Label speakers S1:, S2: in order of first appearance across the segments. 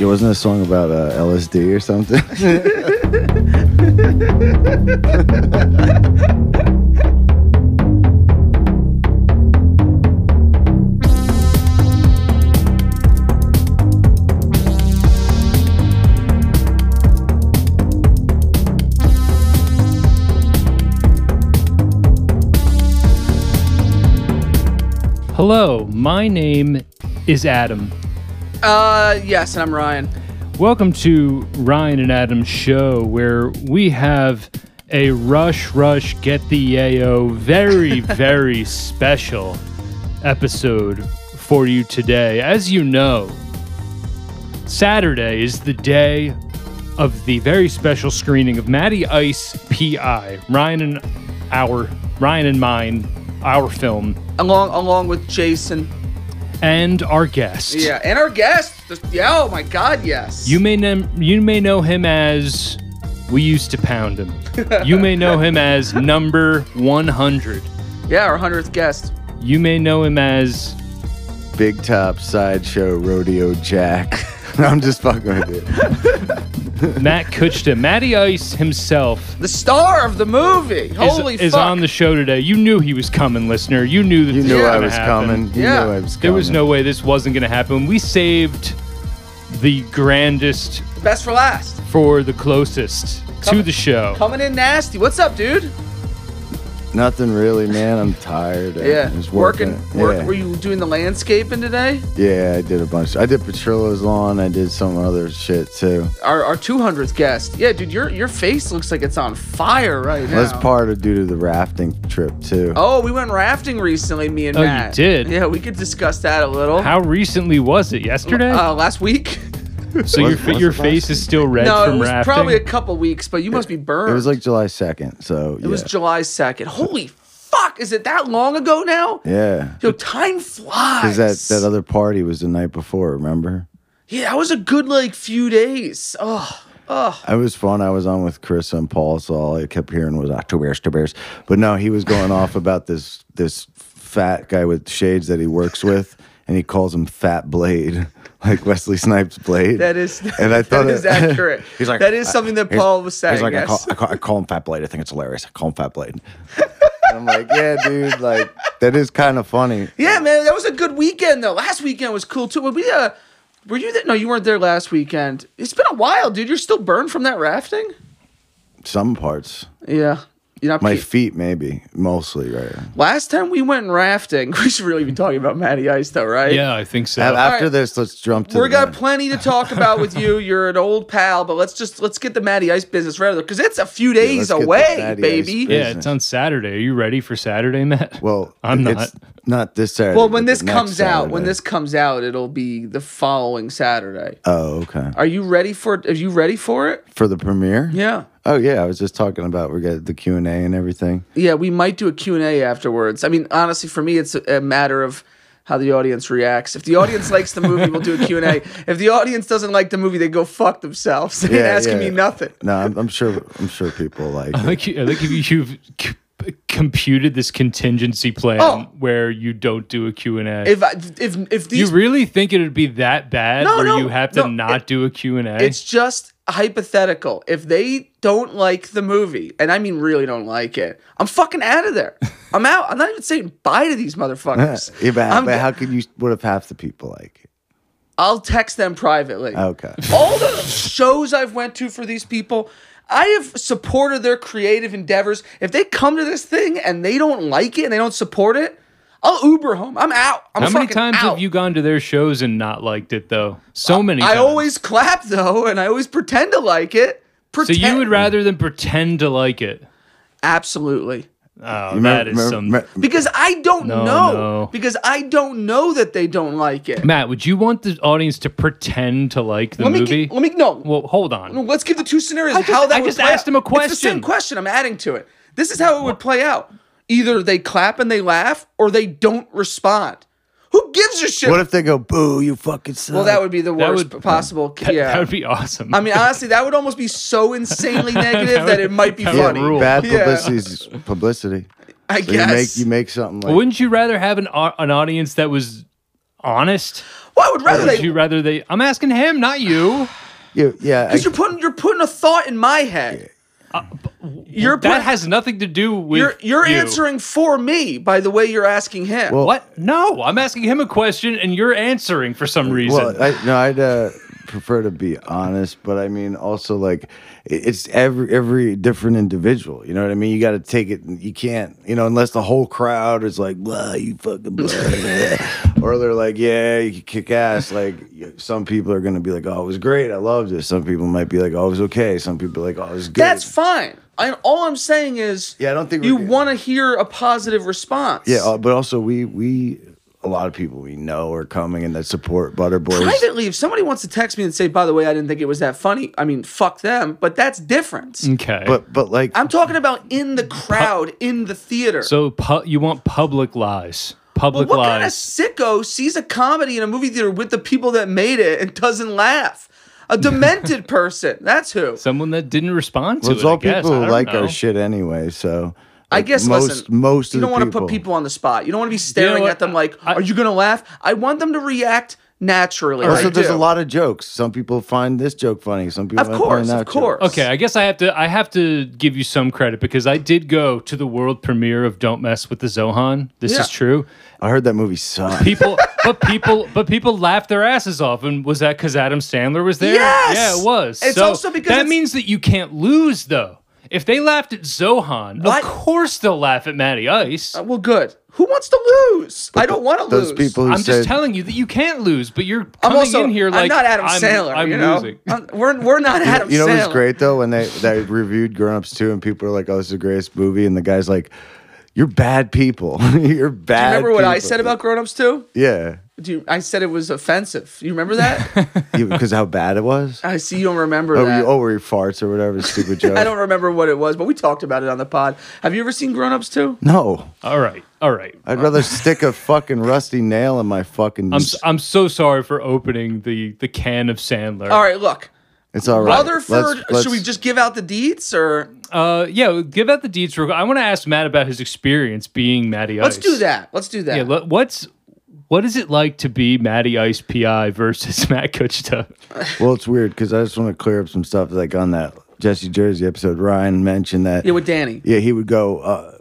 S1: wasn't a song about uh, LSD or something?
S2: Hello, my name is Adam.
S3: Uh, yes, and I'm Ryan.
S2: Welcome to Ryan and Adam's show, where we have a rush, rush, get the yayo, very, very special episode for you today. As you know, Saturday is the day of the very special screening of Matty Ice PI, Ryan and our, Ryan and mine, our film,
S3: Along along with Jason.
S2: and our guest.
S3: Yeah, and our guest. Just- Yeah, oh my god, yes.
S2: You may nem- you may know him as we used to pound him. You may know him as number 100.
S3: Yeah, our 100th guest.
S2: You may know him as
S1: Big Top Sideshow Rodeo Jack. I'm just fucking with you.
S2: Matt Kuchta. Matty Ice himself
S3: The star of the movie.
S2: is,
S3: Holy
S2: is
S3: fuck.
S2: on the show today. You knew he was coming, listener. You knew that
S1: You
S2: this
S1: knew
S2: was
S1: I
S2: gonna
S1: was
S2: happen.
S1: coming. You
S3: Yeah.
S1: knew I was coming.
S2: There was no way this wasn't going to happen. We saved the grandest
S3: Best for last.
S2: for the closest to
S3: Come-
S2: the show.
S3: Coming in nasty. What's up, dude?
S1: Nothing really, man. I'm tired. I-
S3: Yeah.
S1: I was
S3: working.
S1: working.
S3: Work.
S1: Yeah.
S3: Were you doing the landscaping today?
S1: yeah, I did a bunch. I did Petrillo's lawn. I did some other shit too.
S3: Our, our 200th guest. Yeah, dude, your your face looks like it's on fire right now.
S1: That's part of due to the rafting trip too.
S3: Oh, we went rafting recently, me and
S2: Oh, you
S3: Matt.
S2: did?
S3: Yeah, we could discuss that a little.
S2: How recently was it? Yesterday?
S3: Uh, last week.
S2: so your,
S1: was-
S2: fa-
S1: was
S2: your
S1: it last
S2: face is still red
S3: no,
S2: from
S3: it was
S2: rafting?
S3: probably a couple weeks, but you must be burned.
S1: It was like July 2nd, so
S3: It was July 2nd. Holy fuck, is it that long ago now?
S1: yeah.
S3: Yo, time flies.
S1: Because that, that other party was the night before, remember?
S3: yeah, that was a good like few days. Oh, oh.
S1: It was fun. I was on with Chris and Paul, so all I kept hearing was ah, two bears, two bears. But no, he was going off about this this fat guy with shades that he works with, and he calls him Fat Blade, like Wesley Snipes Blade.
S3: That is
S1: and I thought
S3: that is
S1: it-
S3: accurate.
S1: he's like uh,
S3: that is something that Paul was saying.
S1: He's like, I, call,
S3: yes.
S1: I, call, I call him Fat Blade. I think it's hilarious. I call him Fat Blade. And I'm like, yeah, dude, like that is kind of funny.
S3: yeah, man, that was a good weekend though. Last weekend was cool too. Were we uh were you there? No, you weren't there last weekend. It's been a while, dude. You're still burned from that rafting?
S1: Some parts,
S3: Yeah. You're not
S1: my
S3: pe-
S1: feet maybe, mostly right.
S3: Last time we went rafting, we should really be talking about Matty Ice though, right?
S2: yeah, I think so.
S1: A- After
S3: right.
S1: this, let's jump to.
S3: We're
S1: the
S3: got plenty to talk about with you. You're an old pal, but let's just let's get the Matty Ice business rather because it's a few
S1: let's
S3: days
S1: get the
S3: away,
S1: Matty Ice
S3: baby.
S1: business.
S2: Yeah, it's on Saturday. Are you ready for Saturday, Matt?
S1: Well,
S2: I'm
S1: it's Not this Saturday.
S3: Well, when
S1: but
S3: this
S1: the next
S3: comes out, when
S1: Saturday.
S3: this comes out, it'll be the following Saturday.
S1: Oh, okay.
S3: Are you ready for it? Are you ready for it?
S1: For the premiere?
S3: Yeah.
S1: Oh yeah, I was just talking about we got the Q and A and everything.
S3: Yeah, we might do a Q&A afterwards. I mean, honestly, for me, it's a, a matter of how the audience reacts. If the audience likes the movie, we'll do a Q&A. If the audience doesn't like the movie, they go fuck themselves. They ain't
S1: Yeah,
S3: asking
S1: yeah.
S3: me nothing.
S1: No, I'm, I'm sure. I'm sure people like.
S2: I think, you, I think if you've c- computed this contingency plan
S3: Oh.
S2: where you don't do a Q&A.
S3: If I, if if
S2: you
S3: these
S2: really think it would be that bad
S3: No,
S2: where
S3: no,
S2: you have to
S3: no,
S2: not do a Q&A?
S3: It's just hypothetical. If they don't like the movie, and I mean really don't like it, I'm fucking out of there. I'm out. I'm not even saying bye to these motherfuckers.
S1: Yeah, but,
S3: I'm-
S1: but how could you? What if half the people like it?
S3: I'll text them privately.
S1: Okay.
S3: All the shows I've went to for these people, I have supported their creative endeavors. If they come to this thing and they don't like it and they don't support it, I'll Uber home. I'm out. I'm
S2: How many
S3: fucking
S2: times
S3: out.
S2: have you gone to their shows and not liked it, though? So many
S3: I
S2: times.
S3: always clap though, and I always pretend to like it.
S2: so
S3: Pretend.
S2: you would rather than pretend to like it.
S3: absolutely.
S2: Oh,
S1: Remember-
S2: that is
S1: remember-
S2: some...
S1: remember-
S3: Because I don't
S2: No,
S3: know.
S2: no.
S3: Because I don't know that they don't like it.
S2: Matt, would you want the audience to pretend to like the
S3: let me
S2: movie?
S3: gi- let me no.
S2: well, hold on.
S3: Let's give the two scenarios.
S2: I
S3: of how
S2: just-
S3: that
S2: I
S3: would
S2: just
S3: play
S2: asked
S3: out.
S2: him a
S3: It's the
S2: question.
S3: same question. I'm adding to it. This is how it would play out. Either they clap and they laugh, or they don't respond. Who gives a shit?
S1: What if they go boo? You fucking suck.
S3: well, that would be the
S2: That
S3: worst
S2: would-
S3: possible.
S2: That-
S3: yeah.
S2: That would be awesome.
S3: I mean, honestly, that would almost be so insanely negative that,
S2: That would-
S3: it might be
S2: that would
S3: funny.
S2: rule.
S1: bad
S3: Yeah.
S1: publicity. Is publicity.
S3: I
S1: So
S3: guess.
S1: you make you make something like.
S2: Wouldn't you rather have an au- an audience that was honest?
S3: Well, I would rather
S2: Would
S3: they
S2: you rather they? I'm asking him, not you.
S1: You, yeah, I-
S3: because you're putting you're putting a thought in my head. you're
S2: Uh, That
S3: put-
S2: has nothing to do with
S3: you're you're
S2: you.
S3: answering for me by the way you're asking him.
S1: Well,
S2: What? No, I'm asking him a question, and you're answering for some reason.
S1: Well, I, no, I'd uh, prefer to be honest, but I mean, also like it- it's every every different individual. You know what I mean? You got to take it. You can't, you know, unless the whole crowd is like, "Blah, you fucking," blah, blah," or they're like, "Yeah, you kick ass." Like y- some people are gonna be like, "Oh, it was great. I loved it." Some people might be like, "Oh, it was okay." Some people are like, "Oh, it was good."
S3: That's fine. And all I'm saying is,
S1: Yeah, I don't think
S3: you
S1: we're-
S3: want to hear a positive response.
S1: yeah, uh, but also we we. A lot of people we know are coming and that support Butter Boys.
S3: Privately, if somebody wants to text me and say, "By the way, I didn't think it was that funny," I mean, fuck them. But that's different.
S2: okay,
S1: But but like
S3: I'm talking about in the crowd, in the theater.
S2: so pu- you want public lies?
S3: Well,
S2: Public
S3: what kind of
S2: lies.
S3: sicko sees a comedy in a movie theater with the people that made it and doesn't laugh? A demented person. That's who.
S2: Someone that didn't respond to
S1: Well, it's
S2: it. I
S1: all
S2: guess.
S1: people
S2: I
S1: who
S2: don't
S1: like
S2: know.
S1: our shit anyway. So
S3: I
S1: like,
S3: guess
S1: most
S3: listen,
S1: most
S3: you
S1: of
S3: don't
S1: the
S3: want to
S1: people,
S3: put people on the spot. You don't want to be staring
S2: what?
S3: at them like,
S2: I-
S3: "Are you gonna laugh?" I want them to react naturally.
S1: Also,
S3: I
S1: there's
S3: do.
S1: a lot of jokes. Some people find this joke funny. Some people
S3: Of
S1: might
S3: course,
S1: find that
S3: of course.
S1: Joke.
S2: Okay, I guess I have to. I have to give you some credit because I did go to the world premiere of "Don't Mess with the Zohan." This
S3: Yeah.
S2: is true.
S1: I heard that movie sucked.
S2: People, but people, but people laughed their asses off. And was that because Adam Sandler was there?
S3: Yes!
S2: Yeah, it was.
S3: It's
S2: So
S3: also because
S2: that
S3: it's-
S2: means that you can't lose though. If they laughed at Zohan, of
S3: What?
S2: course they'll laugh at Matty Ice.
S3: Uh, Well, good. Who wants to lose? I don't want to lose.
S1: Those people who
S2: I'm
S1: said
S2: just telling you that you can't lose, but you're
S3: I'm
S2: coming
S3: also
S2: in here like
S3: I'm not Adam
S2: I'm-
S3: Sandler.
S2: I'm
S3: you know,
S2: losing.
S3: I'm- we're we're not Adam.
S1: You know
S3: Sandler.
S1: what's great though when they they reviewed Grown Ups too, and people are like, "Oh, this is the greatest movie," and the guy's like, "You're bad people. You're bad."
S3: Remember what I
S1: people."
S3: said about grown-ups too?
S1: Yeah,
S3: Do you, I said it was offensive. You remember that?
S1: because how bad it was.
S3: I see you don't remember
S1: Oh,
S3: that.
S1: you, oh, were you farts or whatever stupid joke?
S3: I don't remember what it was, but we talked about it on the pod. Have you ever seen Grown Ups too?
S1: No,
S2: all right, all right.
S1: I'd rather stick a fucking rusty nail in my fucking.
S2: I'm s- I'm so sorry for opening the the can of Sandler.
S3: All right, look.
S1: It's all right.
S3: Rutherford,
S1: Let's-
S3: should we
S1: let's-
S3: just give out the deets or
S2: Uh, yeah, give out the deets real quick. I want to ask Matt about his experience being Matty Ice.
S3: let's do that. Let's do that.
S2: Yeah, let- what's what is it like to be Matty Ice PI versus Matt Kuchta?
S1: Well, it's weird because I just want to clear up some stuff. Like on that Jesse Jersey episode, Ryan mentioned that.
S3: Yeah, with Danny.
S1: yeah, he would go, uh,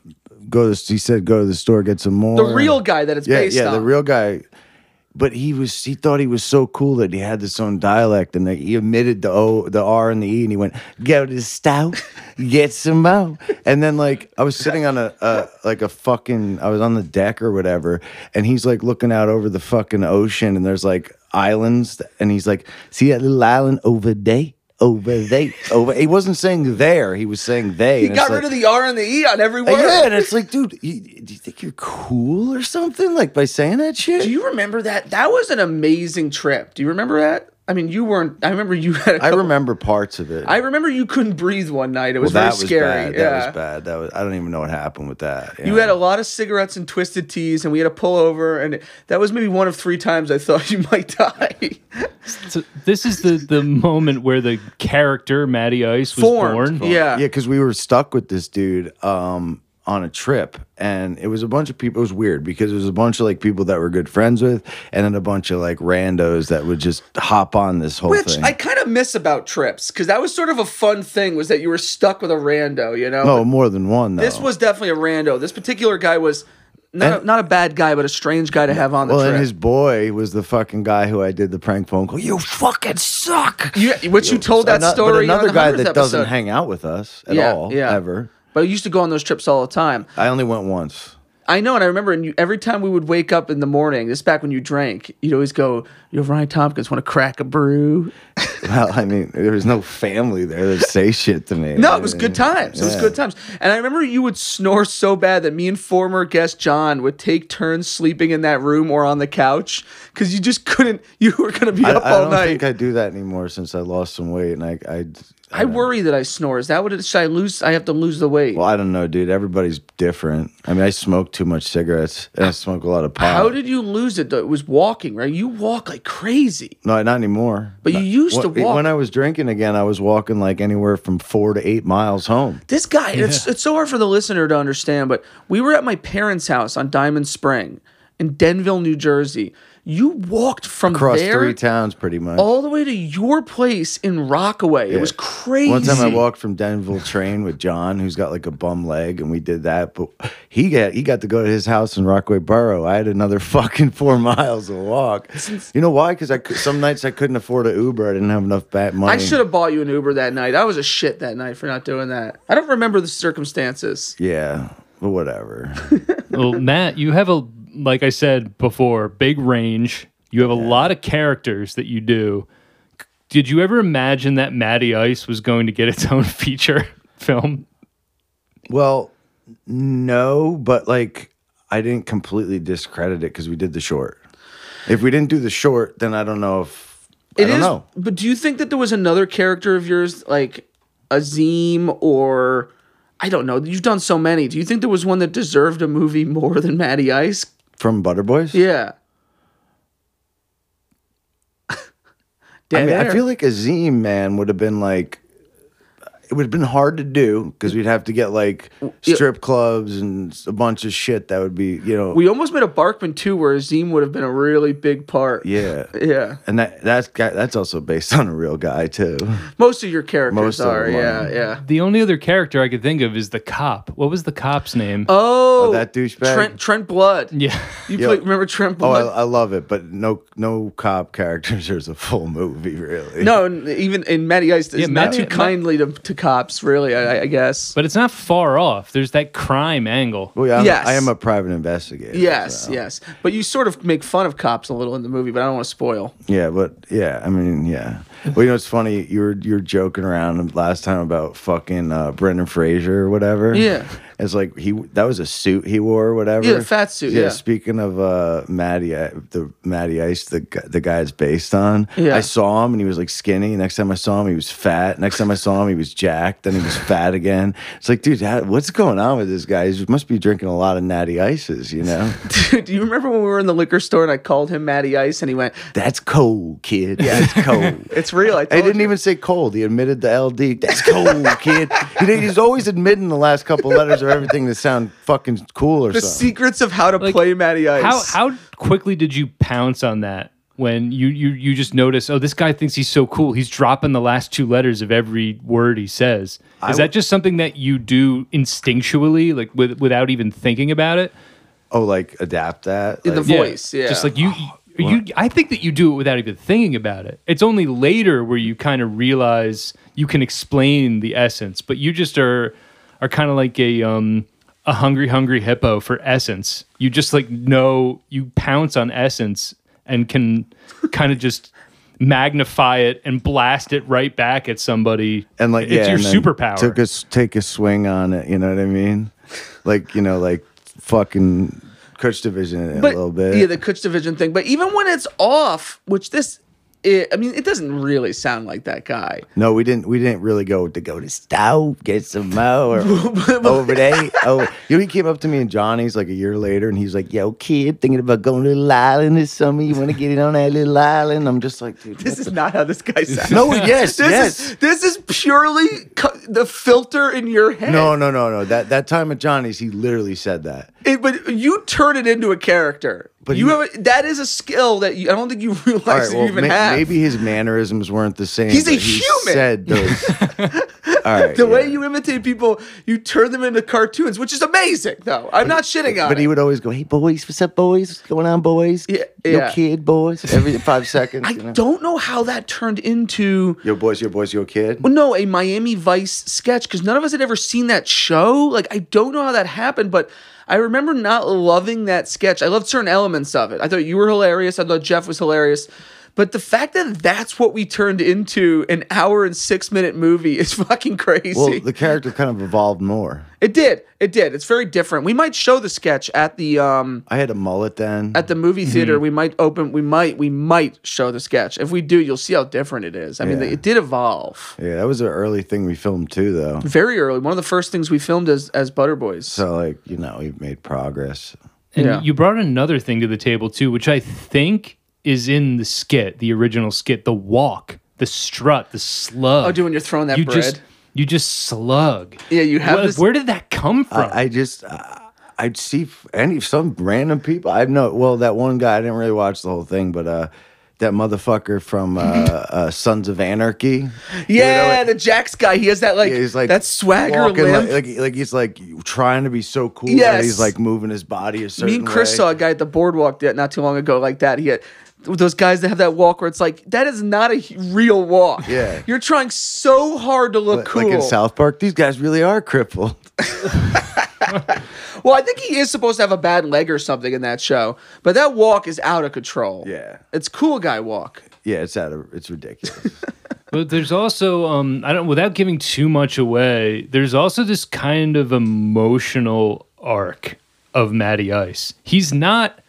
S1: go to. He said, go to the store, get some more.
S3: The real guy that it's
S1: Yeah,
S3: based
S1: yeah,
S3: on.
S1: the real guy. But he was. He thought he was so cool that he had this own dialect, and that he omitted the O, the R, and the E, and he went, "Go to the stout, get some more." And then, like, I was sitting on a, a like a fucking. I was on the deck or whatever, and he's like looking out over the fucking ocean, and there's like islands, and he's like, "See that little island over there." Over they, over. He wasn't saying there. He was saying they.
S3: he got rid of the R and the E on every word.
S1: Yeah, and it's like, dude, you, do you think you're cool or something? Like by saying that shit?
S3: Do you remember that? That was an amazing trip. Do you remember that? I mean, you weren't. I remember you had. A
S1: I
S3: couple-
S1: remember parts of it.
S3: I remember you couldn't breathe one night. It was
S1: that
S3: very
S1: was
S3: scary.
S1: bad.
S3: yeah.
S1: That was bad. That was. I don't even know what happened with that.
S3: You had a lot of cigarettes and twisted teas, and we had a pullover, and that was maybe one of three times I thought you might die.
S2: So this is the the moment where the character Matty Ice was
S3: Formed.
S2: born.
S1: yeah,
S3: Yeah.
S1: because we were stuck with this dude um, on a trip, and it was a bunch of people. It was weird because it was a bunch of like people that we're good friends with, and then a bunch of like randos that would just hop on this whole
S3: Which
S1: thing.
S3: I kind of miss about trips because that was sort of a fun thing was that you were stuck with a rando, you know?
S1: oh, more than one though.
S3: This was definitely a rando. This particular guy was not, a, not a bad guy, but a strange guy to have on the
S1: well,
S3: trip.
S1: and his boy was the fucking guy who I did the prank phone call. You fucking suck.
S3: You- which you told Oh, that
S1: Ano-
S3: story.
S1: But another
S3: on the
S1: guy
S3: 100th
S1: that
S3: episode.
S1: doesn't hang out with us at
S3: Yeah,
S1: all,
S3: yeah.
S1: ever.
S3: But I used to go on those trips all the time.
S1: I only went once.
S3: I know, and I remember, and you, every time we would wake up in the morning, this is back when you drank, you'd always go, "Yo, Ryan Tompkins, want to crack a brew?"
S1: Well, I mean, there was no family there to say shit to me.
S3: No, it was good times. It was good times. And I remember you would snore so bad that me and former guest John would take turns sleeping in that room or on the couch because you just couldn't. You were going to be
S1: I,
S3: up
S1: I
S3: all
S1: don't
S3: night.
S1: think I do that anymore since I lost some weight, and I, I,
S3: I worry that I snore. Is that what it should I lose? I have to lose the weight.
S1: well, I don't know, dude. Everybody's different. I mean, I smoke too much cigarettes, and I smoke a lot of pot.
S3: How did you lose it? though? It was walking, right? You walk like crazy.
S1: No, not anymore.
S3: But you used to
S1: When-
S3: walk.
S1: When I was drinking again, I was walking like anywhere from four to eight miles home.
S3: This guy, and it's, it's so hard for the listener to understand, but we were at my parents' house on Diamond Spring in Denville, New Jersey. You walked from
S1: Across
S3: there
S1: three towns, pretty much.
S3: all the way to your place in Rockaway. It was crazy.
S1: One time I walked from Denville train with John, who's got like a bum leg, and we did that. But he got he got to go to his house in Rockaway Borough. I had another fucking four miles to walk. You know why? Because I cou- some nights I couldn't afford an Uber. I didn't have enough bat money.
S3: I should have bought you an Uber that night. I was a shit that night for not doing that. I don't remember the circumstances.
S1: Yeah, but whatever.
S2: well, Matt, you have a like I said before, big range. You have a lot of characters that you do. Did you ever imagine that Matty Ice was going to get its own feature film?
S1: well, no, but like I didn't completely discredit it because we did the short. If we didn't do the short, then I don't know if I
S3: It is.
S1: don't know.
S3: But do you think that there was another character of yours, like Azim or I don't know? You've done so many. Do you think there was one that deserved a movie more than Matty Ice?
S1: From Butterboys?
S3: Yeah.
S1: I
S3: Dead
S1: mean, I
S3: air.
S1: feel like Azim, man, would have been like, it would have been hard to do because we'd have to get like strip clubs and s- a bunch of shit that would be, you know,
S3: we almost made a Barkman too, where Azim would have been a really big part.
S1: yeah.
S3: Yeah.
S1: And that that's guy, that's also based on a real guy too.
S3: Most of your characters
S1: Most of
S3: are.
S1: them
S3: yeah.
S1: are.
S3: Yeah.
S2: The only other character I could think of is the cop. What was the cop's name?
S3: Oh,
S1: that douchebag?
S3: Trent Trent Blood.
S2: yeah.
S3: You
S1: Yo.
S3: play, remember Trent
S1: Oh,
S3: Blood?
S1: I, I love it, but no no cop characters. There's a full movie, really.
S3: no, and even in Matty Ice is not
S2: Matty-
S3: too
S2: Ma-
S3: kindly to, to cops, really. I, I guess.
S2: But it's not far off. There's that crime angle.
S1: Well, yeah, I'm-
S3: Yes.
S1: I am a private investigator.
S3: yes,
S1: so-
S3: yes. But you sort of make fun of cops a little in the movie, but I don't want to spoil.
S1: Yeah, but yeah, I mean, yeah. Well, you know, it's funny. You were you were joking around last time about fucking uh, Brendan Fraser or whatever.
S3: Yeah.
S1: it's like he that was a suit he wore or whatever.
S3: Yeah, the fat suit, yeah.
S1: Speaking of uh, Matty, I- the Matty Ice, the gu- the guy it's based on.
S3: Yeah.
S1: I saw him and he was like skinny. Next time I saw him, he was fat. Next time I saw him, he was jacked. Then he was fat again. It's like, dude, how, what's going on with this guy? He must be drinking a lot of Natty Ices, you know.
S3: Dude, do you remember when we were in the liquor store and I called him Matty Ice and he went,
S1: That's cold, kid. That's cold.
S3: "It's real." I told
S1: He didn't
S3: you."
S1: even say cold. He admitted the LD. That's cold, kid. He did, he's always admitting the last couple letters of everything to sound fucking cool or
S3: the
S1: something.
S3: secrets of how to play Matty Ice.
S2: How how quickly did you pounce on that when you you you just notice? Oh, this guy thinks he's so cool. He's dropping the last two letters of every word he says. Is that just something that you do instinctually, like with, without even thinking about it?
S1: oh, like adapt that.
S3: In the
S1: Like,
S3: vo- Voice, yeah.
S2: Just like you.
S1: Oh,
S2: You, I think that you do it without even thinking about it. It's only later where you kind of realize you can explain the essence, but you just are are kind of like a um a hungry hungry hippo for essence. You just like know you pounce on essence and can kind of just magnify it and blast it right back at somebody.
S1: and like
S2: it's
S1: yeah,
S2: your
S1: and then
S2: superpower.
S1: Took a s take a swing on it. You know what I mean? Like you know, like fucking Kutch division it a
S3: but,
S1: little bit.
S3: Yeah, the Kutch division thing. But even when it's off, which this, i I mean, it doesn't really sound like that guy.
S1: no, we didn't. We didn't really go to go to Stout get some more over there. Oh, you know, he came up to me and Johnny's like a year later, and he's like, "Yo, kid, thinking about going to Little Island this summer. You want to get in on that Little Island?" I'm just like, dude,
S3: This is not how this guy sounds.
S1: No, yes,
S3: this
S1: yes.
S3: is this is purely cu- the filter in your head.
S1: no, no, no, no. That that time at Johnny's, he literally said that.
S3: It- but you turn it into a character. But
S1: But
S3: you
S1: he-
S3: have a, that is a skill that you, I don't think you realize
S1: All right,
S3: that
S1: well,
S3: you even
S1: ma-
S3: have.
S1: maybe his mannerisms weren't the same.
S3: He's a
S1: but he
S3: human.
S1: Said those. All right,
S3: the way
S1: yeah.
S3: you imitate people, you turn them into cartoons, which is amazing. Though I'm not shitting on
S1: But
S3: it.
S1: he would always go, "Hey boys, what's up, boys? What's going on, boys?
S3: Yeah,
S1: Yo,
S3: yeah.
S1: kid, boys." Every five seconds,
S3: I
S1: you know?
S3: don't know how that turned into
S1: Yo, boys, yo, boys, yo, kid.
S3: well, no, a Miami Vice sketch because none of us had ever seen that show. Like, I don't know how that happened, but I remember not loving that sketch. I loved certain elements of it. I thought you were hilarious. I thought Jeff was hilarious. But the fact that that's what we turned into an hour and six minute movie is fucking crazy.
S1: Well, the character kind of evolved more.
S3: it did. It did. It's very different. We might show the sketch at the um
S1: I had a mullet then.
S3: at the movie
S1: Mm-hmm.
S3: theater. We might open. We might. We might show the sketch. If we do, you'll see how different it is. I mean,
S1: Yeah.
S3: it did evolve.
S1: yeah, that was an early thing we filmed too, though.
S3: very early. One of the first things we filmed as as Butterboys.
S1: So like, you know, we've made progress.
S2: And
S3: Yeah.
S2: you brought another thing to the table too, which I think is in the skit, the original skit, the walk, the strut, the slug.
S3: oh, dude, when you're throwing that
S2: you
S3: bread,
S2: just you just slug.
S3: Yeah, you have
S2: Where,
S3: this-
S2: where did that come from?
S1: I, I just, I, I'd see f- any some random people. I know. Well, that one guy. I didn't really watch the whole thing, but uh, that motherfucker from uh, uh, Sons of Anarchy.
S3: Yeah, the Jax guy. He has that like,
S1: Yeah, he's like
S3: that swagger
S1: walking,
S3: limp.
S1: like, like, like he's like trying to be so cool.
S3: Yes.
S1: and he's like moving his body a certain
S3: Me and Chris
S1: way.
S3: saw a guy at the boardwalk that not too long ago like that. He had those guys that have that walk where it's like that is not a h- real walk.
S1: Yeah.
S3: you're trying so hard to look
S1: Like-
S3: cool.
S1: Like in South Park, these guys really are crippled.
S3: well, I think he is supposed to have a bad leg or something in that show, but that walk is out of control.
S1: Yeah.
S3: it's cool guy walk.
S1: Yeah, it's out of it's ridiculous.
S2: But there's also, um, I don't, without giving too much away, there's also this kind of emotional arc of Matty Ice. He's not,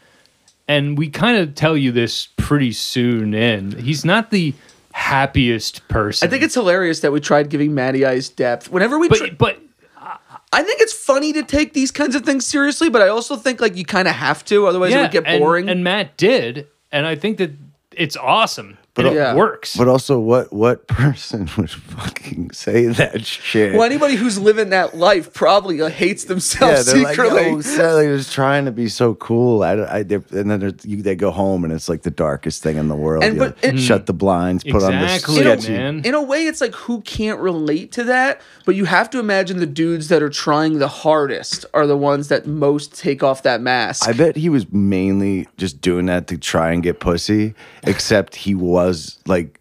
S2: and we kind of tell you this pretty soon in, he's not the happiest person.
S3: I think it's hilarious that we tried giving Matty Ice depth. Whenever we, tr-
S2: But, but
S3: I think it's funny to take these kinds of things seriously, but I also think like you kind of have to, otherwise it would get
S2: and-
S3: boring.
S2: And, Matt did, and I think that it's awesome. But it
S3: Yeah.
S2: works.
S1: but also, what what person would fucking say that shit?
S3: well, anybody who's living that life probably uh, hates
S1: yeah,
S3: themselves
S1: they're like,
S3: secretly.
S1: oh, Sally is trying to be so cool. I, don't- I, they're- and then there's- you, they go home and it's like the darkest thing in the world.
S3: And
S1: You
S3: but it-
S1: shut the blinds, put
S2: exactly,
S1: on the sketchy.
S2: man.
S3: in a way it's like who can't relate to that but you have to imagine the dudes that are trying the hardest are the ones that most take off that mask
S1: I bet he was mainly just doing that to try and get pussy, except he was like,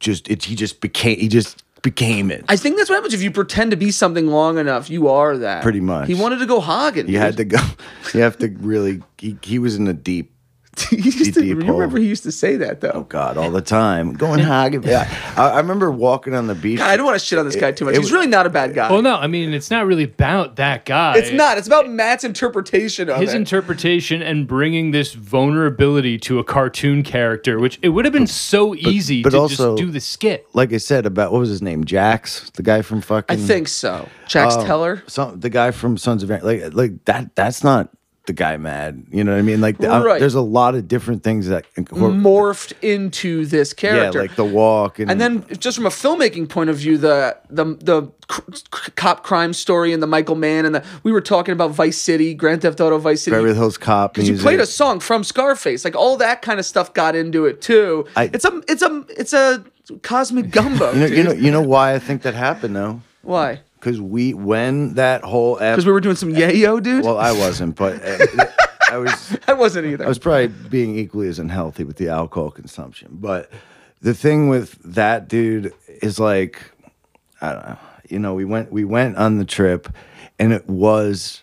S1: just it, he just became he just became it.
S3: I think that's what happens if you pretend to be something long enough you are that
S1: Pretty much.
S3: he wanted to go hogging
S1: you had to go. You have to really. He, he was in a deep
S3: he used to,
S1: deep
S3: you
S1: hole.
S3: remember he used to say that though
S1: Oh God, all the time going hog. Yeah, I, I remember walking on the beach.
S3: God, I don't want to shit on this guy too much
S1: It- it
S3: he's
S1: was-
S3: really not a bad guy
S1: uh,
S2: well, no, I mean, it's not really about that guy.
S3: it's not it's about Matt's interpretation of
S2: his
S3: it
S2: interpretation and bringing this vulnerability to a cartoon character, which it would have been so easy
S1: but
S2: to
S1: also-
S2: just do the skit.
S1: like I said about what was his name, Jax, the guy from fucking.
S3: I think so Jax
S1: um,
S3: Teller
S1: some the guy from Sons of Anarchy. Like like that. That's not the guy mad. You know what I mean? Like the, uh,
S3: Right.
S1: there's a lot of different things that.
S3: morphed into this
S1: yeah,
S3: character
S1: like hmm. the walk and,
S3: And then, just from a filmmaking point of view, the the the cr- cr- cop crime story and the Michael Mann and the we were talking about Vice City, Grand Theft Auto Vice City.
S1: Beverly Hills Cop.
S3: because you
S1: music.
S3: played a song from Scarface, like all that kind of stuff got into it too.
S1: I-
S3: it's a it's a it's a cosmic gumbo.
S1: You know,
S3: dude.
S1: you know, you know why I think that happened though,
S3: Why?
S1: because we when that whole F-
S3: Because we were doing some yayo, dude.
S1: well, I wasn't, but uh, I was.
S3: I wasn't either.
S1: I was probably being equally as unhealthy with the alcohol consumption. But the thing with that dude is like, I don't know. You know, we went we went on the trip, and it was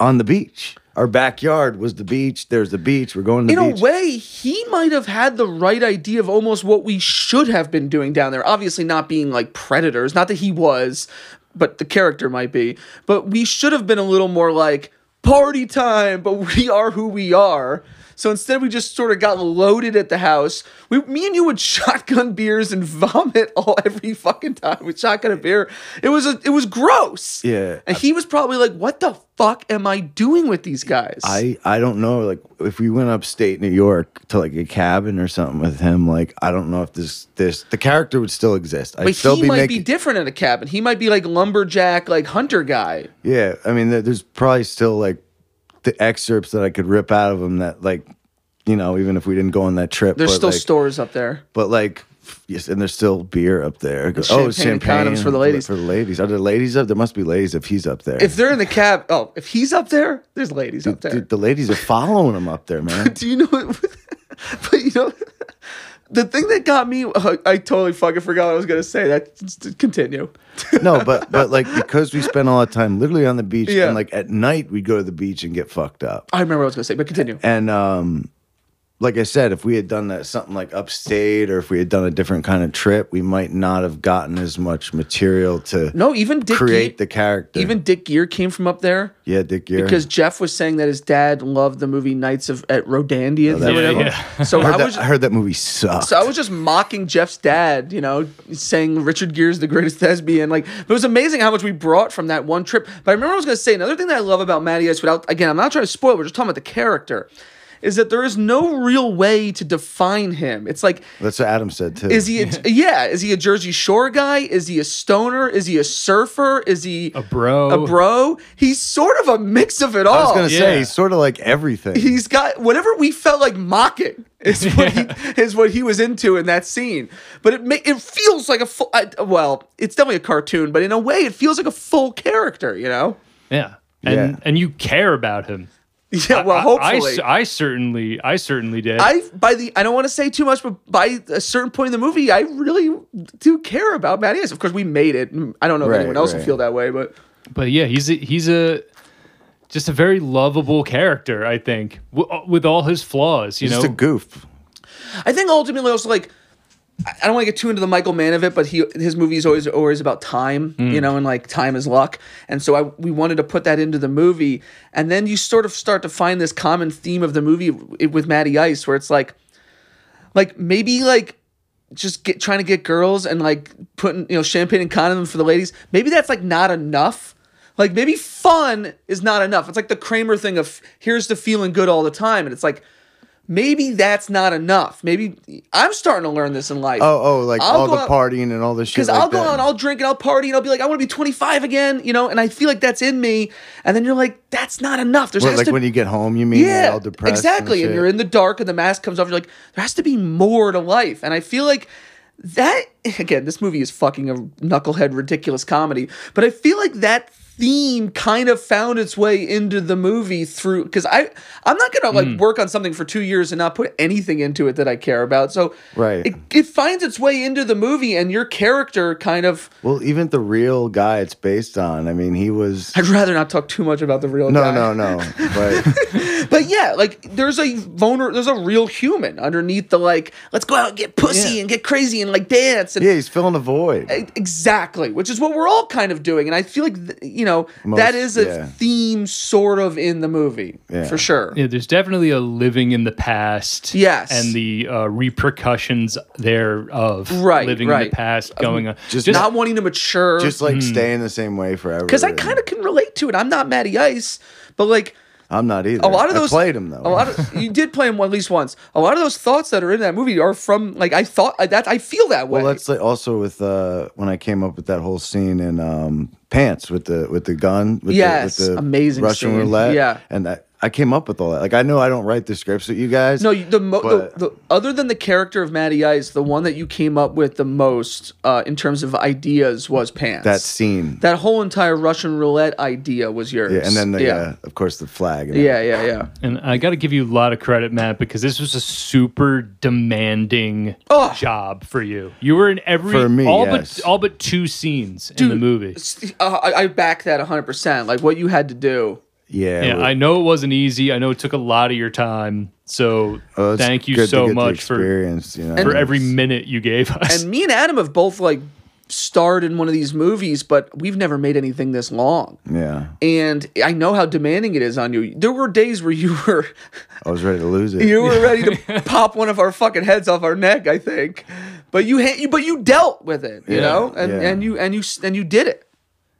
S1: on the beach. Our backyard was the beach. There's the beach. We're going to
S3: in
S1: the
S3: a
S1: beach.
S3: way, he might have had the right idea of almost what we should have been doing down there. Obviously, not being like predators, not that he was, but the character might be. But we should have been a little more like party time, but we are who we are. So instead, we just sort of got loaded at the house. We, me and you would shotgun beers and vomit all every fucking time we shotgun a beer. It was a, it was gross.
S1: Yeah.
S3: and he was probably like, "What the fuck am I doing with these guys?"
S1: I I don't know. Like if we went upstate New York to like a cabin or something with him, like I don't know if this this the character would still exist. I'd
S3: But
S1: still
S3: he
S1: be
S3: might
S1: making,
S3: be different in a cabin. He might be like lumberjack, like hunter guy.
S1: Yeah, I mean, there- there's probably still like the excerpts that I could rip out of him that, like, you know, even if we didn't go on that trip,
S3: There's
S1: but
S3: still
S1: like,
S3: stores up there.
S1: but like, yes, and there's still beer up there. Oh,
S3: champagne and condoms for the ladies.
S1: For the ladies, are there ladies up? There must be ladies if he's up there.
S3: If they're in the cab, oh, if he's up there, there's ladies up there.
S1: Dude, the ladies are following him up there, man.
S3: Do you know? but you know, the thing that got me, uh, I totally fucking forgot what I was gonna say. That just continue.
S1: no, but but like because we spent all our time literally on the beach,
S3: Yeah.
S1: and like at night we would go to the beach and get fucked up.
S3: I remember what I was gonna say, but continue.
S1: And um, like I said, if we had done that something like upstate, or if we had done a different kind of trip, we might not have gotten as much material to
S3: No, even Dick.
S1: create the
S3: Gear,
S1: character.
S3: even Dick Gear came from up there.
S1: yeah, Dick Gear.
S3: Because Jeff was saying that his dad loved the movie Knights of at Rodandia.
S1: Oh, that-
S3: or whatever.
S2: yeah.
S3: So
S1: I heard,
S3: I
S1: that,
S3: was
S1: I heard that movie sucked.
S3: So I was just mocking Jeff's dad, you know, saying Richard Gere's the greatest thespian. Like, it was amazing how much we brought from that one trip. But I remember I was going to say another thing that I love about Matty Ice, without, again, I'm not trying to spoil, we're just talking about the character, is that there is no real way to define him. It's like
S1: That's what Adam said too.
S3: is he a, yeah, is he a Jersey Shore guy? Is he a stoner? Is he a surfer? Is he
S2: A bro.
S3: A bro? He's sort of a mix of it all.
S1: I was gonna
S2: yeah.
S1: say he's sort of like everything.
S3: he's got whatever we felt like mocking is what he, is what he was into in that scene. But it ma- it feels like a full. I, well, it's definitely a cartoon, but in a way, it feels like a full character. You know?
S2: yeah. And
S1: Yeah.
S2: and you care about him.
S3: Yeah. Well,
S2: I-
S3: hopefully.
S2: I, I certainly I certainly did.
S3: I by the I don't want to say too much, but by a certain point in the movie, I really do care about Matty Ice. Of course, we made it. I don't know if
S1: Right,
S3: anyone else will
S1: right.
S3: feel that way, but
S2: but yeah, he's a, he's a just a very lovable character, I think, w- uh, with all his flaws, you
S1: He's
S2: know.
S1: just a goof.
S3: I think ultimately also like I I don't want to get too into the Michael Mann of it, but he his movies always always about time, you know, and like time is luck. And so I we wanted to put that into the movie, and then you sort of start to find this common theme of the movie w- with Matty Ice, where it's like, like maybe like just get trying to get girls and like putting you know champagne and condom for the ladies. Maybe that's like not enough. Like maybe fun is not enough. It's like the Kramer thing of here's the feeling good all the time, and it's like maybe that's not enough. Maybe I'm starting to learn this in life.
S1: Oh, oh, like
S3: I'll
S1: all
S3: go
S1: the
S3: out-
S1: partying and all this shit.
S3: Because
S1: like
S3: I'll go
S1: that.
S3: out and I'll drink and I'll party and I'll be like, I want to be 25 again, you know, and I feel like that's in me. And then you're like, that's not enough. There's
S1: What,
S3: has
S1: like
S3: to
S1: when you get home, you mean?
S3: yeah,
S1: you're all depressed.
S3: exactly. And,
S1: And, shit.
S3: you're in the dark, and the mask comes off. You're like, there has to be more to life. And I feel like that again. This movie is fucking a knucklehead, ridiculous comedy. But I feel like that theme kind of found its way into the movie through because I I'm not gonna
S1: Mm.
S3: like work on something for two years and not put anything into it that I care about. So
S1: Right.
S3: it, it finds its way into the movie, and your character kind of.
S1: Well, even the real guy it's based on. I mean, he was.
S3: I'd rather not talk too much about the real
S1: No,
S3: guy.
S1: no, no. But
S3: But yeah, like there's a vulner, there's a real human underneath the like, let's go out and get pussy
S2: Yeah.
S3: and get crazy and like dance and
S1: yeah, he's filling a void.
S3: E- exactly, which is what we're all kind of doing. And I feel like th- you know
S1: Most-
S3: that is a
S1: yeah.
S3: theme sort of in the movie
S1: Yeah.
S3: for sure.
S2: yeah, there's definitely a living in the past.
S3: Yes.
S2: And the uh, repercussions thereof.
S3: Right,
S2: Living in
S3: right. Um,
S2: the past, going on.
S1: just
S3: Not wanting to mature,
S1: Just
S2: Hmm.
S1: like staying the same way forever.
S3: because I kind of can relate to it. I'm not Matty Ice, but like
S1: I'm not either.
S3: a lot of those
S1: I played him though.
S3: A lot of you did play him at least once. A lot of those thoughts that are in that movie are from like I thought I- that I feel that way.
S1: Well, that's like also with uh, when I came up with that whole scene in um, Pants with the with the gun. With
S3: Yes,
S1: the, with the
S3: amazing
S1: Russian
S3: scene.
S1: roulette.
S3: Yeah.
S1: and I, I came up with all that. Like I know I don't write the scripts that you guys.
S3: No, you- the, mo-
S1: but-
S3: the, the other than the character of Matty Ice, the one that you came up with the most uh, in terms of ideas was Pants.
S1: that scene.
S3: that whole entire Russian roulette idea was yours.
S1: yeah, and then the,
S3: yeah,
S1: uh, of course the flag. and
S3: yeah, yeah, yeah.
S2: And I got to give you a lot of credit, Matt, because this was a super demanding
S3: Oh.
S2: job for you. You were in every
S1: For me,
S2: all
S1: yes.
S2: but all but two scenes in the movie.
S3: S- uh, I, I back that hundred percent. Like what you had to do.
S1: Yeah,
S2: Yeah,
S1: well,
S2: I know it wasn't easy. I know it took a lot of your time. So
S1: well, it's
S2: thank you
S1: Oh, good to
S2: so
S1: get the
S2: much for
S1: experience. You know,
S2: for every
S1: it's-
S2: minute you gave us.
S3: And me and Adam have both like starred in one of these movies, but we've never made anything this long.
S1: Yeah,
S3: And I know how demanding it is on you. There were days where you were
S1: I was ready to lose it.
S3: You were ready to pop one of our fucking heads off our neck, I think. But you, ha- you but you dealt with it, you
S1: Yeah,
S3: know, and
S1: yeah.
S3: and you and you s- and you did it.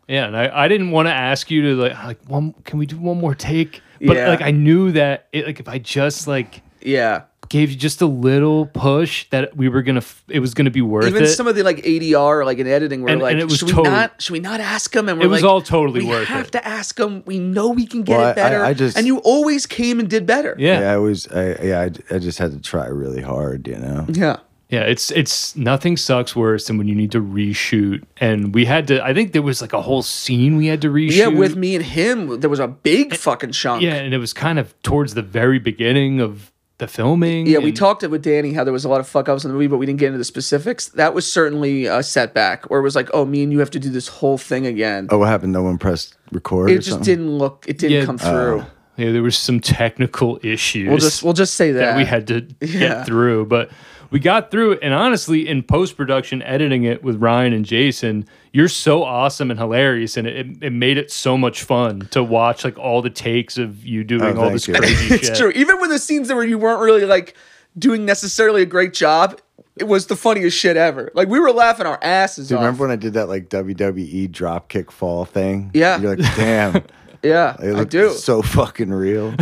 S2: yeah, and I, I didn't want to ask you to like like one can we do one more take? But
S3: Yeah.
S2: like I knew that it, like if I just like
S3: Yeah.
S2: gave you just a little push that we were gonna f- it was gonna be worth
S3: Even
S2: it.
S3: some of the like ADR, like in editing, we're
S2: And-
S3: like,
S2: and it was
S3: should we
S2: total-
S3: not? Should we not ask him? And we're
S2: It was
S3: like,
S2: all totally
S3: we
S2: worth
S3: have
S2: it.
S3: to ask him. We know we can get
S1: Well, I-
S3: it better.
S1: I- I just-
S3: and you always came and did better.
S2: yeah.
S1: Yeah, I was. I, yeah, I, I just had to try really hard. You know.
S3: yeah.
S2: Yeah, it's it's nothing sucks worse than when you need to reshoot. And we had to I think there was like a whole scene we had to reshoot.
S3: Yeah, with me and him, there was a big fucking chunk.
S2: Yeah, and it was kind of towards the very beginning of the filming.
S3: Yeah,
S1: Mm.
S3: we
S2: and-
S3: talked it with Danny how there was a lot of fuck ups in the movie, but we didn't get into the specifics. That was certainly a setback, where it was like, oh, me and you have to do this whole thing again.
S1: Oh, what happened? No one pressed record.
S3: it
S1: or
S3: just
S1: something? Oh.
S3: didn't look it didn't
S2: Yeah,
S3: come through
S2: Yeah, there was some technical issues
S3: we'll just we'll just say that,
S2: that we had to
S3: Yeah.
S2: get through, but we got through it. And honestly, in post production editing it with Ryan and Jason, you're so awesome and hilarious, and it, it made it so much fun to watch like all the takes of you doing all
S1: Oh, thank
S2: this
S1: you.
S2: crazy
S3: it's
S2: shit.
S3: true even when the scenes that were you weren't really like doing necessarily a great job it was the funniest shit ever like we were laughing our asses
S1: Dude,
S3: off
S1: remember when I did that like WWE dropkick fall thing?
S3: Yeah.
S1: You're like, damn.
S3: yeah
S1: It
S3: i
S1: looked
S3: do
S1: so fucking real.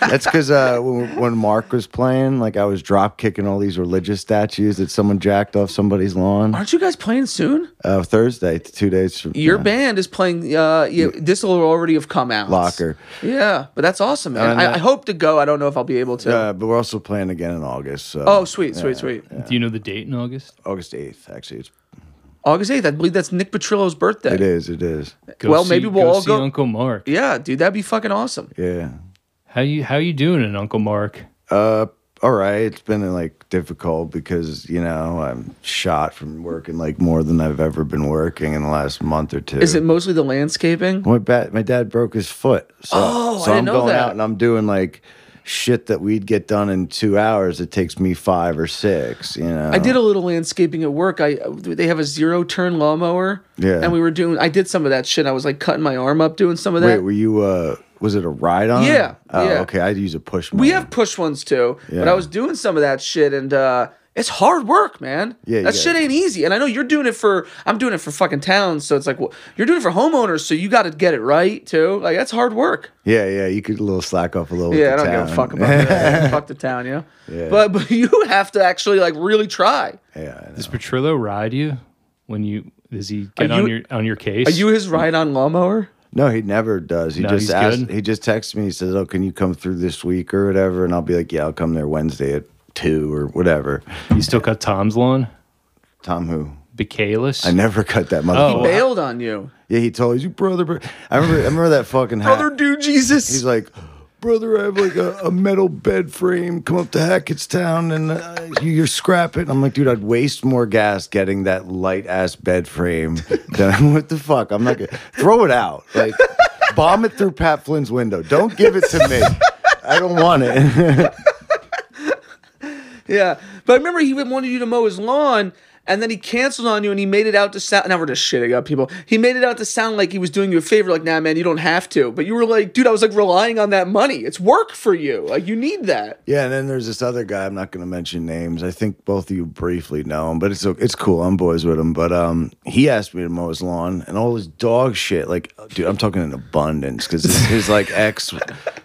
S1: That's because uh, when, when Mark was playing, like I was drop kicking all these religious statues that someone jacked off somebody's lawn.
S3: Aren't you guys playing soon?
S1: Uh, Thursday, two days from
S3: Your
S1: yeah,
S3: band is playing. Uh, you, this will already have come out.
S1: locker.
S3: Yeah, but that's awesome, man.
S1: And uh,
S3: I,
S1: that-
S3: I hope to go. I don't know if I'll be able to.
S1: Uh, but we're also playing again in August. So
S3: oh, sweet, sweet, sweet.
S2: Do you know the date in August?
S1: August 8th, actually. It's,
S3: August eighth. I believe that's Nick Petrillo's birthday.
S1: it is. It is.
S2: Go
S3: Well,
S2: see-
S3: maybe we'll
S2: go
S3: all
S2: see
S3: go-
S2: Uncle Mark.
S3: Yeah, dude, that'd be fucking awesome.
S1: Yeah.
S2: How you how you doing, in Uncle Mark?
S1: Uh, all right. It's been like difficult because you know I'm shot from working like more than I've ever been working in the last month or two.
S3: Is it mostly the landscaping?
S1: My dad, my dad broke his foot. So,
S3: Oh,
S1: so
S3: I didn't
S1: am
S3: know
S1: going
S3: that.
S1: out and I'm doing like shit that we'd get done in two hours. It takes me five or six, you know.
S3: I did a little landscaping at work. I they have a zero turn lawnmower.
S1: Yeah.
S3: and we were doing. I did some of that shit. I was like cutting my arm up doing some of
S1: Wait,
S3: that.
S1: were you, uh, was it a ride on?
S3: Yeah,
S1: Oh,
S3: yeah.
S1: okay. I'd use a push.
S3: we
S1: mower.
S3: have push ones too, but
S1: Yeah.
S3: I was doing some of that shit and uh it's hard work, man.
S1: Yeah, you
S3: that
S1: gotta-
S3: shit ain't easy. And I know you're doing it for I'm doing it for fucking towns, so it's like well, you're doing it for homeowners, so you got to get it right too. Like that's hard work.
S1: Yeah, yeah. You could a little slack off a little.
S3: yeah, I
S1: with
S3: don't
S1: the
S3: give a
S1: town.
S3: fuck about that. fuck the town, yeah?
S1: Yeah.
S3: But but you have to actually like really try.
S1: yeah, I know.
S2: Does Petrillo ride you when you does he get
S3: Are
S2: on
S3: you-
S2: your on your case?
S3: Are you his ride-on lawnmower?
S1: No, he never does. He
S2: No,
S1: just
S2: he's
S1: asked,
S2: good.
S1: he just texts me. He says, "Oh, can you come through this week or whatever?" And I'll be like, "Yeah, I'll come there Wednesday at two or whatever."
S2: you still cut Tom's lawn?
S1: Tom, who
S2: Bacalus?
S1: I never cut that
S2: Oh,
S1: motherfucker.
S2: wow.
S3: Bailed on you.
S1: Yeah, he told us you brother. bro-" I remember. I remember that fucking hat.
S3: Brother do Jesus.
S1: He's like, brother, I have like a, a metal bed frame. Come up to Hackettstown and uh, you, you scrap it. And I'm like, dude, I'd waste more gas getting that light ass bed frame than I'm what the fuck. I'm not gonna throw it out. Like, bomb it through Pat Flynn's window. Don't give it to me. I don't want it.
S3: Yeah, but I remember he wanted you to mow his lawn, and then he canceled on you, and he made it out to sound. Now we're just shitting up people. He made it out to sound like he was doing you a favor, like, "Nah, man, you don't have to." But you were like, "Dude, I was like relying on that money. It's work for you. Like, you need that."
S1: yeah, and then there's this other guy. I'm not going to mention names. I think both of you briefly know him, but it's it's cool. I'm boys with him. But um, he asked me to mow his lawn and all his dog shit. Like, dude, I'm talking in abundance because his, his like ex,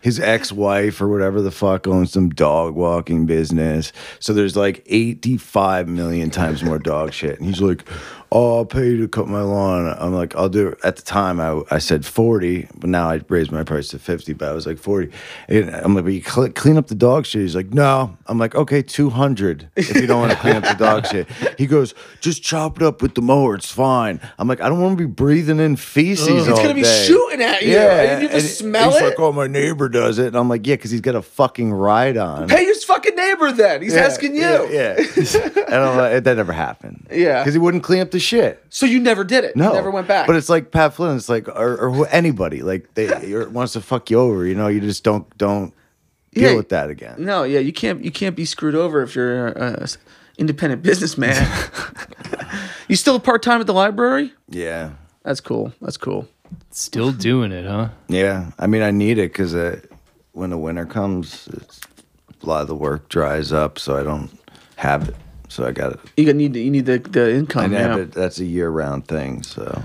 S1: his ex wife or whatever the fuck owns some dog walking business. So there's like 85 million times more dog shit. And he's like, "Oh, I'll pay you to cut my lawn." I'm like, "I'll do it." At the time, I I said 40, but now I raised my price to 50. But I was like 40. And I'm like, "But you cl- clean up the dog shit." He's like, "No." I'm like, "Okay, 200 if you don't want to clean up the dog shit." He goes, "Just chop it up with the mower. It's fine." I'm like, "I don't want to be breathing in feces all
S3: It's gonna be
S1: day."
S3: shooting at you.
S1: Yeah,
S3: and you have
S1: and
S3: to smell
S1: he's
S3: it.
S1: like, "Oh, my neighbor does it," and I'm like, "Yeah, because he's got a fucking ride on."
S3: Pay his fucking neighbor then. He's asking you.
S1: Yeah, yeah. and I'm like, that never happened.
S3: Yeah.
S1: because he wouldn't clean up the shit.
S3: So you never did it. You
S1: No,
S3: never went back.
S1: But it's like Pat Flynn. It's like or, or who- anybody like they or wants to fuck you over. You know, you just don't don't deal
S3: Yeah.
S1: with that again.
S3: no, yeah, you can't. You can't be screwed over if you're an independent businessman. you still part time at the library?
S1: Yeah,
S3: That's cool. That's cool.
S2: still doing it, huh?
S1: yeah. I mean, I need it because when the winter comes, it's, a lot of the work dries up, so I don't have it. So I got it.
S3: You gonna need you need the, the income
S1: And yeah,
S3: now.
S1: but that's a year-round thing. So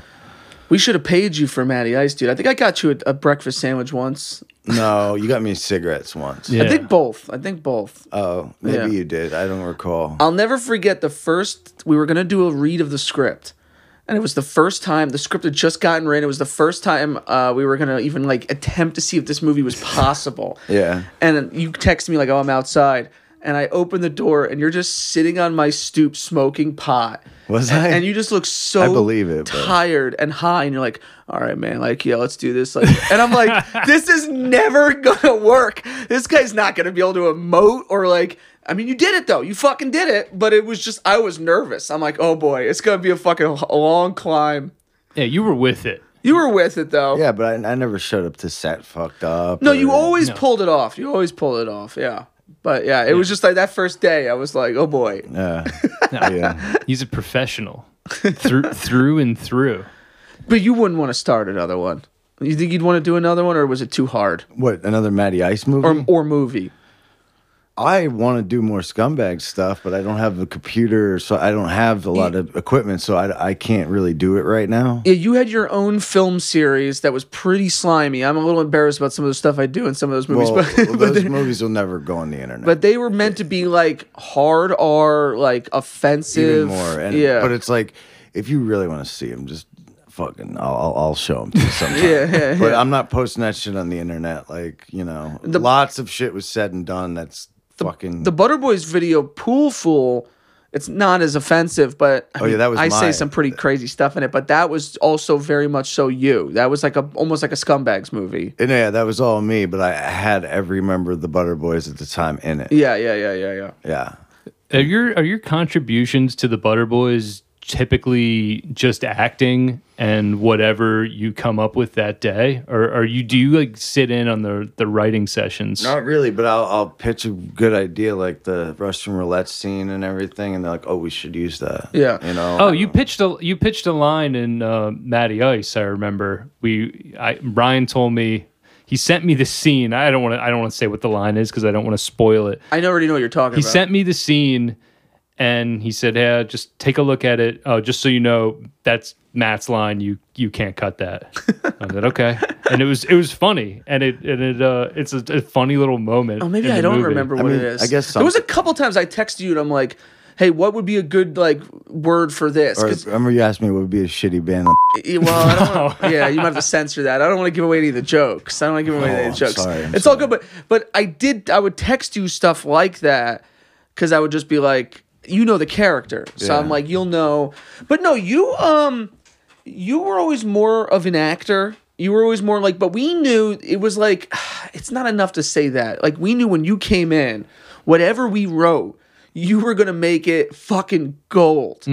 S3: We should have paid you for Matty Ice, dude. I think I got you a, a breakfast sandwich once.
S1: no, you got me cigarettes once.
S2: Yeah.
S3: I think both. I think both.
S1: Oh, maybe
S3: Yeah.
S1: you did. I don't recall.
S3: I'll never forget the first we were gonna do a read of the script, and it was the first time the script had just gotten written. It was the first time uh, we were gonna even like attempt to see if this movie was possible.
S1: Yeah.
S3: And you text me like, "Oh, I'm outside," and I open the door, and you're just sitting on my stoop smoking pot.
S1: Was
S3: and,
S1: I?
S3: And you just look so
S1: I believe it, but-
S3: tired and high, and you're like, "All right, man, like, yeah, let's do this." Like, and I'm like, "This is never gonna work. This guy's not gonna be able to emote or like." I mean, you did it though. You fucking did it, but it was just I was nervous. I'm like, "Oh boy, it's gonna be a fucking h- long climb."
S2: Yeah, you were with it.
S3: You were with it though.
S1: Yeah, but I, I never showed up to set fucked up.
S3: No,
S1: or-
S3: you always
S2: No.
S3: pulled it off. You always pulled it off. Yeah. But yeah, it was just like that first day. I was like, "Oh boy."
S1: Yeah. yeah.
S2: He's a professional. through through and through.
S3: But you wouldn't want to start another one. You think you'd want to do another one, or was it too hard?
S1: Mm-hmm. What another Matty Ice movie?
S3: Or or movie?
S1: I want to do more scumbag stuff, but I don't have a computer, so I don't have a lot of equipment, so I, I can't really do it right now.
S3: Yeah, you had your own film series that was pretty slimy. I'm a little embarrassed about some of the stuff I do in some of those movies,
S1: Well,
S3: but,
S1: well,
S3: but,
S1: those
S3: they,
S1: movies will never go on the internet.
S3: but they were meant to be like hard R, like
S1: even
S3: offensive.
S1: more. And,
S3: yeah,
S1: But it's like, if you really want to see them, just fucking, I'll, I'll- I'll show them to you sometime.
S3: Yeah, yeah,
S1: But
S3: yeah.
S1: I'm not posting that shit on the internet. Like, you know, lots of shit was said and done that's fucking.
S3: the Butterboys video Pool Fool, it's not as offensive, but I
S1: Oh, yeah, that was
S3: I say
S1: my-
S3: some pretty crazy stuff in it, but that was also very much so you. That was like a almost like a scumbags movie.
S1: and yeah, that was all me, but I had every member of the Butter Boys at the time in it.
S3: Yeah, yeah, yeah, yeah, yeah.
S1: Yeah.
S2: Are your are your contributions to the Butter Boys typically just acting and whatever you come up with that day, or are you do you like sit in on the the writing sessions?
S1: Not really, but I'll, I'll pitch a good idea, like the Russian roulette scene and everything, and they're like, "Oh, we should use that."
S3: Yeah.
S1: you know.
S2: Oh, you pitched a you pitched a line in uh, Matty Ice. I remember we I Brian told me he sent me the scene. I don't want to I don't want to say what the line is because I don't want to spoil it.
S3: I already know what you're talking
S2: He
S3: about.
S2: sent me the scene, and he said, "Hey, just take a look at it. Uh, just so you know, that's Matt's line. You you can't cut that." I said, "Okay," and it was it was funny, and it and it uh it's a, a funny little moment.
S3: Oh, maybe
S2: in
S3: I
S2: the
S3: don't
S2: movie.
S3: remember what
S1: mean,
S3: it is.
S1: I guess
S3: there was a
S1: something-
S3: couple times I texted you and I'm like, "Hey, what would be a good like word for this?"
S1: Or,
S3: 'Cause-
S1: remember you asked me what would be a shitty band.
S3: eh, well, I don't wanna, yeah, you might have to censor that. I don't want to give away any of the jokes. I don't want to give away any
S1: Oh,
S3: of
S1: I'm
S3: the jokes.
S1: sorry, I'm
S3: it's all good, but but I did. I would text you stuff like that because I would just be like, you know, the character. So
S1: Yeah.
S3: I'm like, you'll know. But no, you um, you were always more of an actor. You were always more like, but we knew it was like, it's not enough to say that. Like, we knew when you came in, whatever we wrote, you were going to make it fucking gold.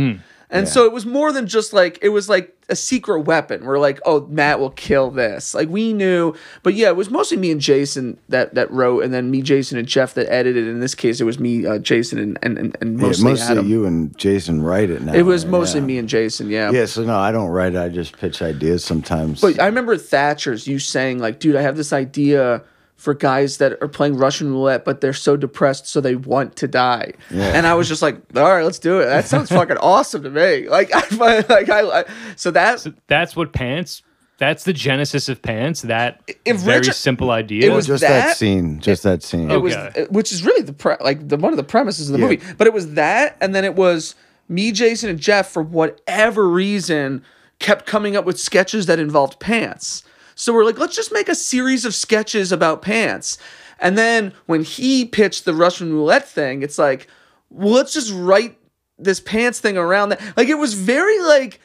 S3: And so it was more than just like, it was like a secret weapon. We're like, oh, Matt will kill this. Like, we knew. But yeah, it was mostly me and Jason that, that wrote, and then me, Jason, and Jeff that edited. In this case, it was me, uh, Jason, and, and, and, and
S1: Yeah,
S3: mostly,
S1: mostly
S3: Adam.
S1: you and Jason write it now.
S3: it was
S1: right?
S3: mostly
S1: Yeah.
S3: me and Jason,
S1: Yeah, so no, I don't write it. I just pitch ideas sometimes.
S3: But I remember Thatcher's you saying like, "Dude, I have this idea for guys that are playing Russian roulette, but they're so depressed, so they want to die." And I was just like, "All right, let's do it. That sounds fucking awesome to me." Like, I find- like I, I so that
S2: That's what pants. That's the genesis of pants. That
S3: If
S2: very
S3: Richard-
S2: simple idea.
S3: was-
S1: just
S3: that-
S1: that, scene, just that scene.
S3: it was,
S2: Okay.
S3: which is really the pre- like the one of the premises of the
S1: Yeah.
S3: movie. But it was that, and then it was me, Jason, and Jeff for whatever reason kept coming up with sketches that involved pants. So we're like, let's just make a series of sketches about pants. And then when he pitched the Russian roulette thing, it's like, well, let's just write this pants thing around that. Like it was very like,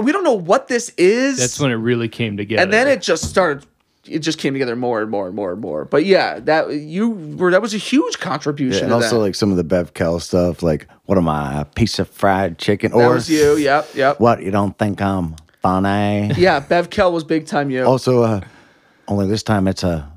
S3: we don't know what this is.
S2: that's when it really came together.
S3: And then it just started. It just came together more and more and more and more. But yeah, that you were that was a huge
S1: Yeah,
S3: contribution.
S1: and
S3: to
S1: also
S3: that.
S1: like some of the Bev Kell stuff, like what am I, a piece of fried chicken? Or
S3: that was you. Yep, yep.
S1: What you don't think I'm funny?
S3: Yeah, Bev Kell was big time. You
S1: Also, uh, only this time it's a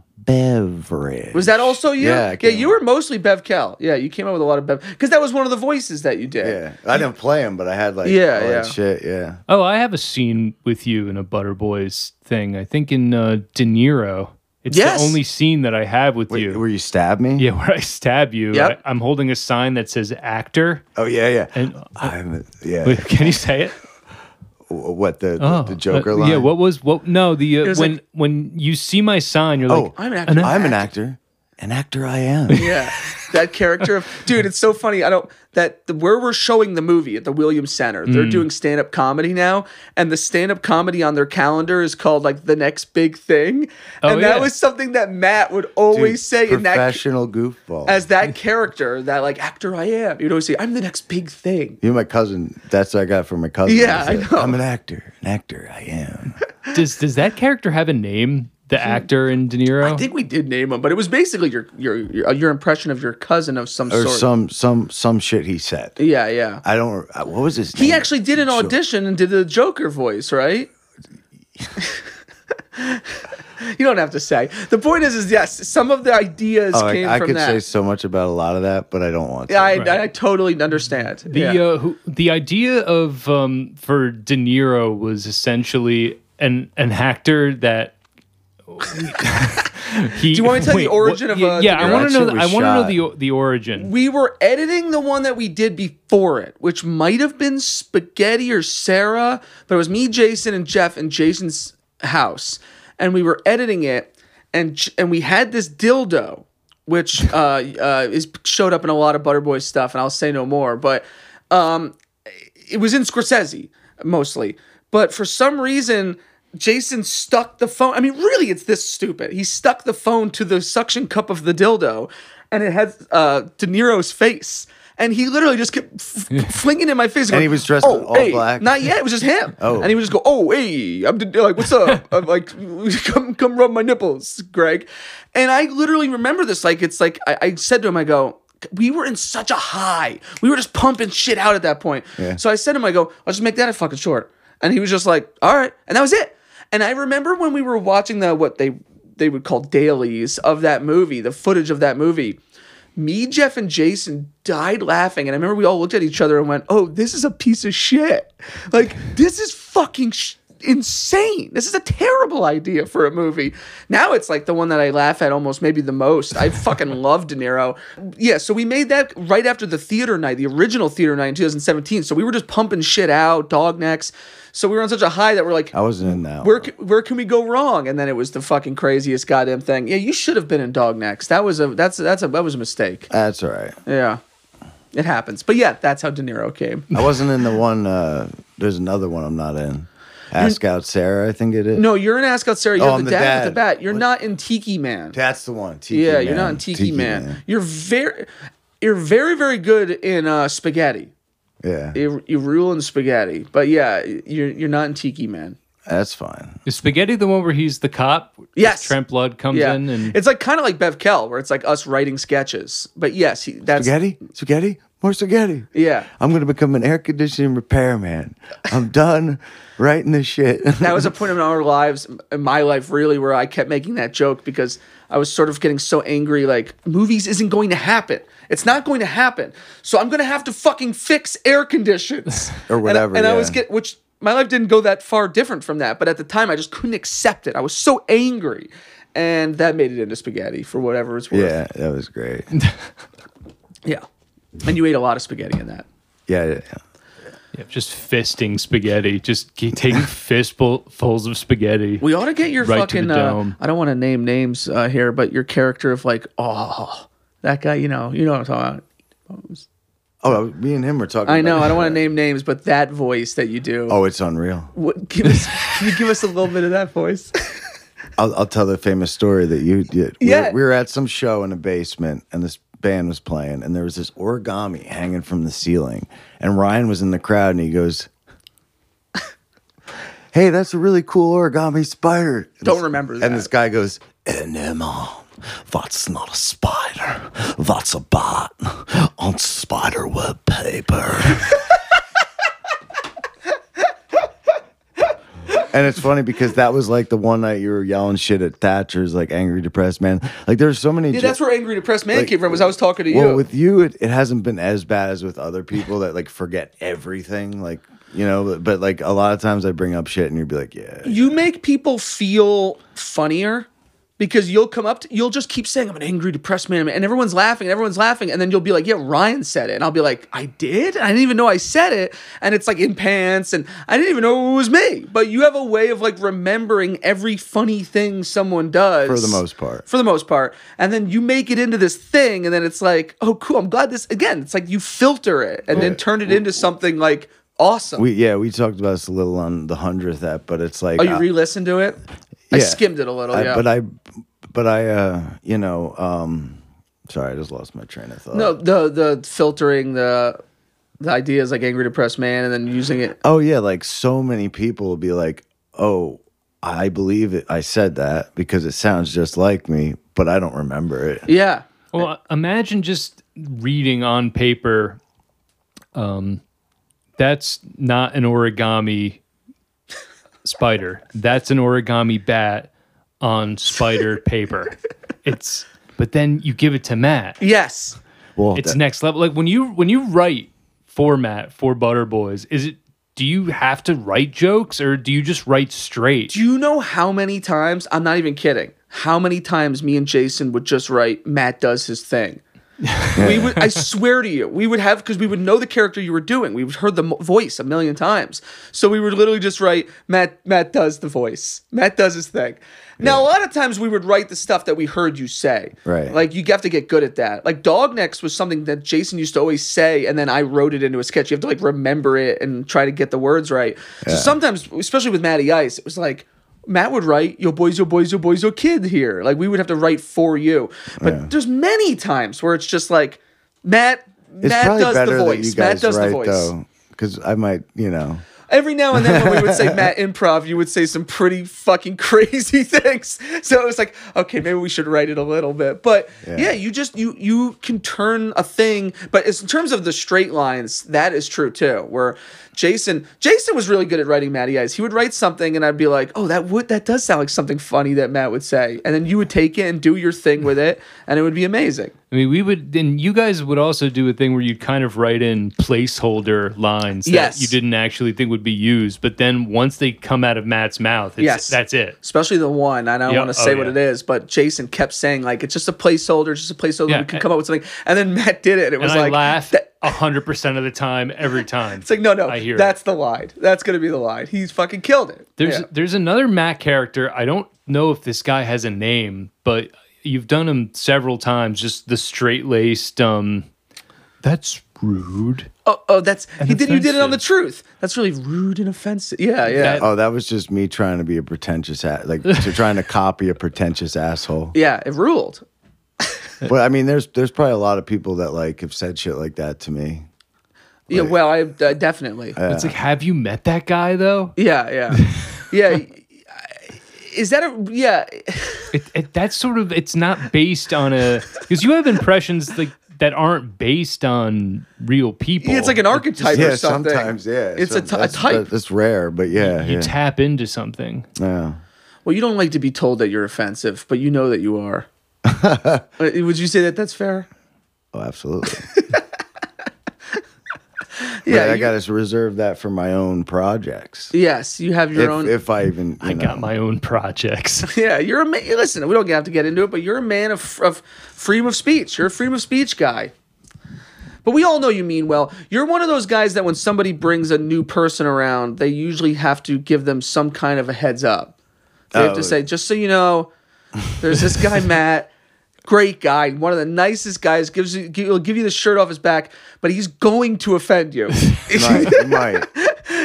S1: beverage.
S3: was that also you?
S1: Yeah, I
S3: yeah.
S1: came
S3: You were mostly Bev Kell. Yeah, you came up with a lot of Bev because that was one of the voices that you did.
S1: Yeah, I didn't play him, but I had like
S3: Yeah,
S1: all that
S3: yeah.
S1: shit. Yeah,
S2: Oh, I have a scene with you in a Butter Boys thing. I think in uh, De Niro. It's
S3: Yes.
S2: the only scene that I have with
S1: Wait,
S2: you.
S1: where you stab me?
S2: yeah, where I stab you.
S3: Yep.
S2: I, am holding a sign that says actor.
S1: Oh yeah, yeah.
S2: And
S1: I'm, yeah.
S2: wait, can you say it?
S1: W- What the
S2: Oh,
S1: the Joker
S2: uh,
S1: line?
S2: Yeah. What was what? No, the uh,
S3: was
S2: when
S3: like-
S2: when you see my sign, you're like,
S1: Oh,
S3: I'm an actor.
S1: I'm an actor. An actor, I am.
S3: Yeah. That character of dude, it's so funny. I don't that the, where we're showing the movie at the Williams Center, they're
S1: Mm.
S3: doing stand up comedy now, and the stand up comedy on their calendar is called like the next big thing.
S2: Oh,
S3: and
S2: yeah.
S3: that was something that Matt would
S1: Dude,
S3: always say in that
S1: professional goofball.
S3: as that character, that like actor I am. You'd always say, I'm the next big thing.
S1: you, know, my cousin. That's what I got from my cousin.
S3: Yeah,
S1: He said,
S3: I know.
S1: I'm an actor. An actor, I am.
S3: Oh.
S2: does does that character have a name? The actor in De Niro.
S1: Oh.
S3: I think we did name him, but it was basically your your your, your impression of your cousin of some
S1: Or
S3: sort.
S1: some some some shit he said.
S3: yeah, yeah.
S1: I don't. I- What was his?
S3: He
S1: name?
S3: actually did an
S1: Sure.
S3: audition and did the Joker voice, right? you don't have to say. The point is, is yes, some of the ideas
S1: Oh,
S3: came
S1: I, I
S3: from
S1: could
S3: that.
S1: say so much about a lot of that, but I don't want.
S3: yeah, I,
S1: to.
S3: I, I totally understand.
S2: The
S3: yeah.
S2: uh, who, the idea of um, for De Niro was essentially an an actor that He,
S3: Do you want me to tell the origin of,
S2: yeah,
S3: uh,
S2: yeah,
S3: the
S2: I want to
S1: direction
S2: know. The,
S1: we
S2: I want
S1: shot?
S2: to know the the origin.
S3: We were editing the one that we did before it, which might have been Spaghetti or Sarah, but it was me, Jason, and Jeff in Jason's house, and we were editing it, and J- and we had this dildo, which uh, uh, is showed up in a lot of Butterboy stuff, and I'll say no more, but um, it was in Scorsese mostly, but for some reason. Jason stuck the phone. I mean, really, it's this stupid. He stuck the phone to the suction cup of the dildo, and it had uh, De Niro's face. And he literally just kept f- f- flinging in my face.
S1: And he
S3: going,
S1: was dressed
S3: "Oh,
S1: all
S3: hey."
S1: black?
S3: Not yet. It was just him.
S1: Oh.
S3: And he would just go, "Oh, hey, I'm De- like, what's up? I'm like, come, come, rub my nipples, Greg." And I literally remember this. Like, it's like I, I said to him, I go. We were in such a high. We were just pumping shit out at that point.
S1: Yeah.
S3: So I said to him, I go, I'll just make that a fucking short. And he was just like, all right. And that was it. And I remember when we were watching the what they they would call dailies of that movie, the footage of that movie. Me, Jeff, and Jason died laughing. And I remember we all looked at each other and went, oh, this is a piece of shit. Like, this is fucking sh- insane. This is a terrible idea for a movie. Now it's like the one that I laugh at almost maybe the most. I fucking love De Niro. Yeah, so we made that right after the theater night, the original theater night in 2017. So we were just pumping shit out, dog necks. So we were on such a high that we're like,
S1: I wasn't in that.
S3: where
S1: one.
S3: c- where can we go wrong? And then it was the fucking craziest goddamn thing. Yeah, you should have been in dog necks. That was a that's that's a that was a mistake.
S1: That's all right.
S3: Yeah. It happens. But yeah, that's how De Niro came.
S1: I wasn't in the one. Uh, there's another one I'm not in. Ask out Sarah, I think it is.
S3: No, you're in Ask Out Sarah. You're
S1: Oh,
S3: the,
S1: I'm the
S3: dad,
S1: dad.
S3: with the bat. You're not in Tiki Man.
S1: that's the one. Tiki
S3: yeah,
S1: Man.
S3: you're not in Tiki, Man. You're very you're very very good in uh, spaghetti.
S1: Yeah,
S3: You, you rule in spaghetti. But yeah, you're you're not in Tiki Man.
S1: that's fine.
S2: Is spaghetti the one where he's the cop?
S3: Yes.
S2: Trent Blood comes
S3: Yeah.
S2: in and
S3: It's like kind of like Bev Kell where it's like us writing sketches. But yes, he, that's
S1: Spaghetti, spaghetti, more spaghetti.
S3: yeah.
S1: I'm gonna become an air conditioning repairman. I'm done writing this shit.
S3: that was a point in our lives, in my life, really, where I kept making that joke because I was sort of getting so angry. Like, movies isn't going to happen. It's not going to happen. So I'm going to have to fucking fix air conditions
S1: Or
S3: And I-
S1: whatever,
S3: And, I was
S1: yeah.
S3: get which my life didn't go that far different from that, but at the time I just couldn't accept it. I was so angry, and that made it into spaghetti for whatever it's worth.
S1: yeah, that was great.
S3: yeah. And you ate a lot of spaghetti in that.
S1: Yeah, yeah, yeah.
S2: yeah, just fisting spaghetti, just ke- taking fistfuls of spaghetti.
S3: We ought to get your
S2: Right to the
S3: fucking. Uh,
S2: dome.
S3: I don't want to name names uh, here, but your character of like, oh, that guy. You know, you know what I'm talking about.
S1: Oh, me and him were talking.
S3: I know.
S1: about
S3: I
S1: it.
S3: don't want to name names, but that voice that you do.
S1: Oh, it's unreal.
S3: What, give us, can you give us a little bit of that voice?
S1: I'll, I'll tell the famous story that you did. We
S3: Yeah.
S1: Were, we were at some show in a basement and this band was playing and there was this origami hanging from the ceiling. And Ryan was in the crowd and he goes, Hey, that's a really cool origami spider. And
S3: Don't
S1: this-
S3: remember that.
S1: And this guy goes, Enema. That's not a spider. That's a bot on spider web paper. And it's funny because that was like the one night you were yelling shit at Thatcher's, like angry, depressed man. Like there's so many.
S3: yeah, that's where angry depressed man
S1: Like,
S3: came from. Was I was talking to you.
S1: well, with you, it, it hasn't been as bad as with other people that like forget everything, like you know. But, but like a lot of times, I bring up shit, and you'd be like, "Yeah,
S3: you make people feel funnier because you'll come up to, you'll just keep saying i'm an angry depressed man and everyone's laughing and everyone's laughing and then you'll be like yeah ryan said it and i'll be like i did i didn't even know i said it and it's like in pants and i didn't even know it was me but you have a way of like remembering every funny thing someone does
S1: For the most part.
S3: for the most part and then you make it into this thing and then it's like oh cool i'm glad this again it's like you filter it and then turn it into something like awesome
S1: we yeah we talked about this a little on the hundredth app, but it's like
S3: oh you
S1: I-
S3: re-listened to it i
S1: yeah.
S3: skimmed it a little
S1: I-
S3: yeah
S1: but I, but I, uh, you know, um, sorry, I just lost my train of thought.
S3: No, the the filtering the the ideas like angry depressed man and then using it.
S1: Oh yeah, like so many people will be like, "Oh, I believe it. I said that because it sounds just like me, but I don't remember it."
S3: Yeah.
S2: Well, imagine just reading on paper. Um, that's not an origami spider. That's an origami bat on spider paper. It's but then you give it to Matt.
S3: Yes.
S1: Well,
S2: It's
S1: that-
S2: next level. Like when you when you write format for Butter Boys, is it do you have to write jokes or do you just write straight?
S3: Do you know how many times? I'm not even kidding. How many times me and Jason would just write Matt does his thing. we would. I swear to you, we would have because we would know the character you were doing. We've heard the mo- voice a million times, so we would literally just write Matt. Matt does the voice. Matt does his thing. Now a lot of times we would write the stuff that we heard you say.
S1: Right.
S3: Like you have to get good at that. Like dog necks was something that Jason used to always say, and then I wrote it into a sketch. You have to like remember it and try to get the words right. So sometimes, especially with Matty Ice, it was like. Matt would write, "Yo boys, yo boys, yo boys, yo kid here." Like we would have to write for you, but there's many times where it's just like Matt.
S1: It's
S3: Matt
S1: probably
S3: does
S1: better
S3: the
S1: that
S3: voice.
S1: you
S3: Matt
S1: guys
S3: does the
S1: write
S3: voice.
S1: though, because I might, you know.
S3: Every now and then, when we would say Matt improv, you would say some pretty fucking crazy things. So it was like, okay, maybe we should write it a little bit. But yeah,
S1: Yeah.
S3: you just you you can turn a thing. But it's, in terms of the straight lines, that is true too. Where Jason Jason was really good at writing Matty Eyes. He would write something, and I'd be like, oh, that would that does sound like something funny that Matt would say, and then you would take it and do your thing with it, and it would be amazing.
S2: I mean, we would, and you guys would also do a thing where you'd kind of write in placeholder lines that
S3: Yes.
S2: you didn't actually think would be used, but then once they come out of Matt's mouth, it's,
S3: Yes.
S2: that's it.
S3: especially the one. and I don't
S2: Yeah,
S3: want to
S2: oh,
S3: say what
S2: yeah.
S3: it is, but Jason kept saying like it's just a placeholder, it's just a placeholder.
S2: Yeah,
S3: we can
S2: and-
S3: come up with something, and then Matt did it. And it
S2: And
S3: was
S2: I
S3: like
S2: laugh
S3: that-
S2: a hundred percent of the time, every time.
S3: it's like no, no,
S2: I hear it.
S3: that's the line. That's gonna be the line. He's fucking killed it.
S2: There's
S3: Yeah.
S2: there's another Matt character. I don't know if this guy has a name, but you've done him several times. Just the straight laced. Um, that's rude.
S3: oh, oh, that's he did. You did it on the
S2: offensive.
S3: truth. That's really rude and offensive. Yeah, yeah,
S2: That-
S1: Oh, that was just me trying to be a pretentious, a- like to trying to copy a pretentious asshole.
S3: yeah. It ruled.
S1: But I mean, there's there's probably a lot of people that like have said shit like that to me.
S3: Yeah, well, I uh, definitely.
S2: It's like, have you met that guy though?
S3: yeah, yeah, yeah. Is that a yeah?
S2: It, it, that's sort of it's not based on a because you have impressions like that aren't based on real people.
S3: It's like an archetype or
S1: Yeah,
S3: something.
S1: sometimes, yeah.
S3: It's a
S1: some-
S3: ty- a
S1: that's-
S3: type.
S1: That's rare, but yeah,
S2: You
S1: yeah.
S2: tap into something.
S1: yeah.
S3: Well, you don't like to be told that you're offensive, but you know that you are. Uh, Would you say that that's fair?
S1: Oh, absolutely.
S3: Yeah,
S1: yeah, I
S3: you-
S1: got to reserve that for my own projects.
S3: Yes, you have your
S1: If,
S3: own.
S1: if I even, you
S2: I
S1: know.
S2: got my own projects.
S3: yeah, you're a man. Listen, we don't have to get into it, but you're a man of, of freedom of speech. You're a freedom of speech guy. But we all know you mean well. You're one of those guys that when somebody brings a new person around, they usually have to give them some kind of a heads up. They have
S1: Oh.
S3: to say, just so you know, there's this guy, Matt. Great guy, one of the nicest guys. Gives you, he'll give you the shirt off his back, but he's going to offend you.
S1: might, you might.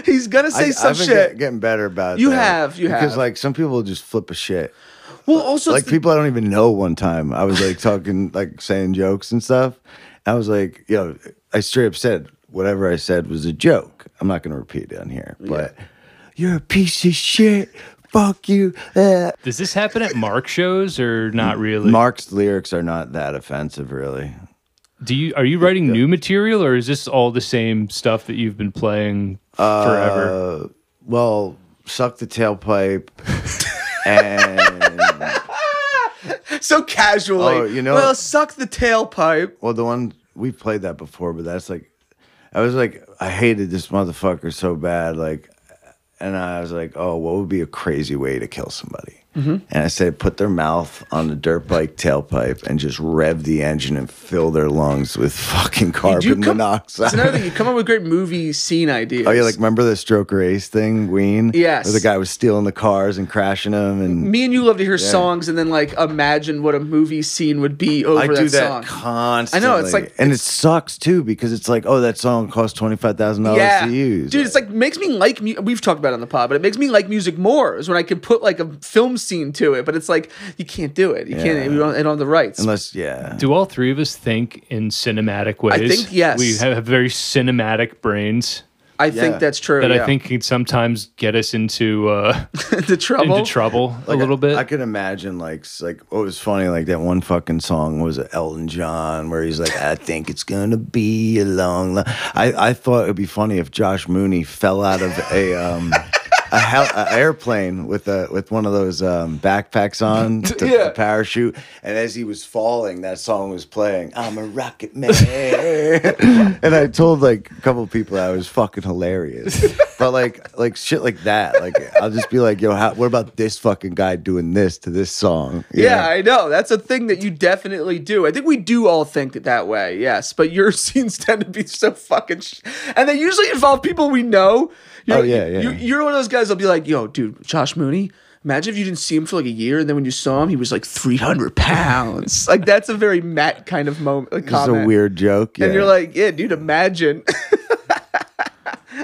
S3: he's gonna say
S1: I,
S3: some
S1: I've been
S3: shit.
S1: get- getting better about
S3: You
S1: that.
S3: have, you
S1: because
S3: have.
S1: like some people just flip a shit.
S3: well, also it's
S1: like
S3: the-
S1: people I don't even know. One time I was like talking, like saying jokes and stuff. I was like, you know, I straight up said whatever I said was a joke. I'm not going to repeat it on here, but you're a piece of shit. Fuck you. Eh.
S2: Does this happen at Mark shows or not really?
S1: Mark's lyrics are not that offensive, really.
S2: Do you are you writing new material or is this all the same stuff that you've been playing forever?
S1: Uh, well, suck the tailpipe and
S3: so casually.
S1: Oh, you know-
S3: well, suck the tailpipe.
S1: Well, the one we played that before, but that's like, I was like, I hated this motherfucker so bad, like, and I was like, oh, what would be a crazy way to kill somebody?
S3: Mm-hmm.
S1: And I said, put their mouth on the dirt bike tailpipe and just rev the engine and fill their lungs with fucking
S3: You
S1: carbon
S3: come-
S1: monoxide.
S3: It's another thing. You come up with great movie scene ideas.
S1: Oh yeah, like remember the Stroker Ace thing, Ween?
S3: Yes.
S1: where the guy was stealing the cars and crashing them, and
S3: me and you love to hear songs and then like imagine what a movie scene would be over
S1: I
S3: that
S1: do that
S3: song.
S1: constantly.
S3: like-
S1: and it sucks too because it's like, oh, that song cost twenty five thousand
S3: yeah,
S1: dollars to use,
S3: dude, it's like makes me like mu- we've talked about it on the pod, but it makes me like music more is when I can put like a film scene to it. But it's like you can't do it. You
S1: Yeah.
S3: can't. You don't, I don't have the rights.
S1: Unless, yeah.
S2: Do all three of us think in cinematic ways?
S3: think yes.
S2: We have, have very cinematic brains
S3: I
S1: Yeah.
S3: think that's true.
S2: that
S3: yeah.
S2: I think can sometimes get us into uh,
S3: the trouble.
S2: into trouble a little bit.
S1: I could imagine like s- like what was funny like that one fucking song was Elton John where he's like I think it's gonna be a long. Li-. I I thought it'd be funny if Josh Mooney fell out of a um a, hel- a airplane with a with one of those um, backpacks on to,
S3: Yeah.
S1: to parachute, and as he was falling, that song was playing. I'm a rocket man, and I told like a couple people that I was fucking hilarious. But like like shit like that, like I'll just be like, yo, how, what about this fucking guy doing this to this song? You
S3: Yeah,
S1: know?
S3: I know. That's a thing that you definitely do. I think we do all think it that way, yes. But your scenes tend to be so fucking, sh- and they usually involve people we know. You're,
S1: Oh, yeah, yeah.
S3: You, you're one of those guys. I'll be like, yo, dude, Josh Mooney. Imagine if you didn't see him for like a year, and then when you saw him, he was like 300 pounds. like that's a very Matt kind of moment. Like,
S1: This is
S3: comment.
S1: a weird joke.
S3: And
S1: yeah.
S3: you're like, yeah, dude, imagine.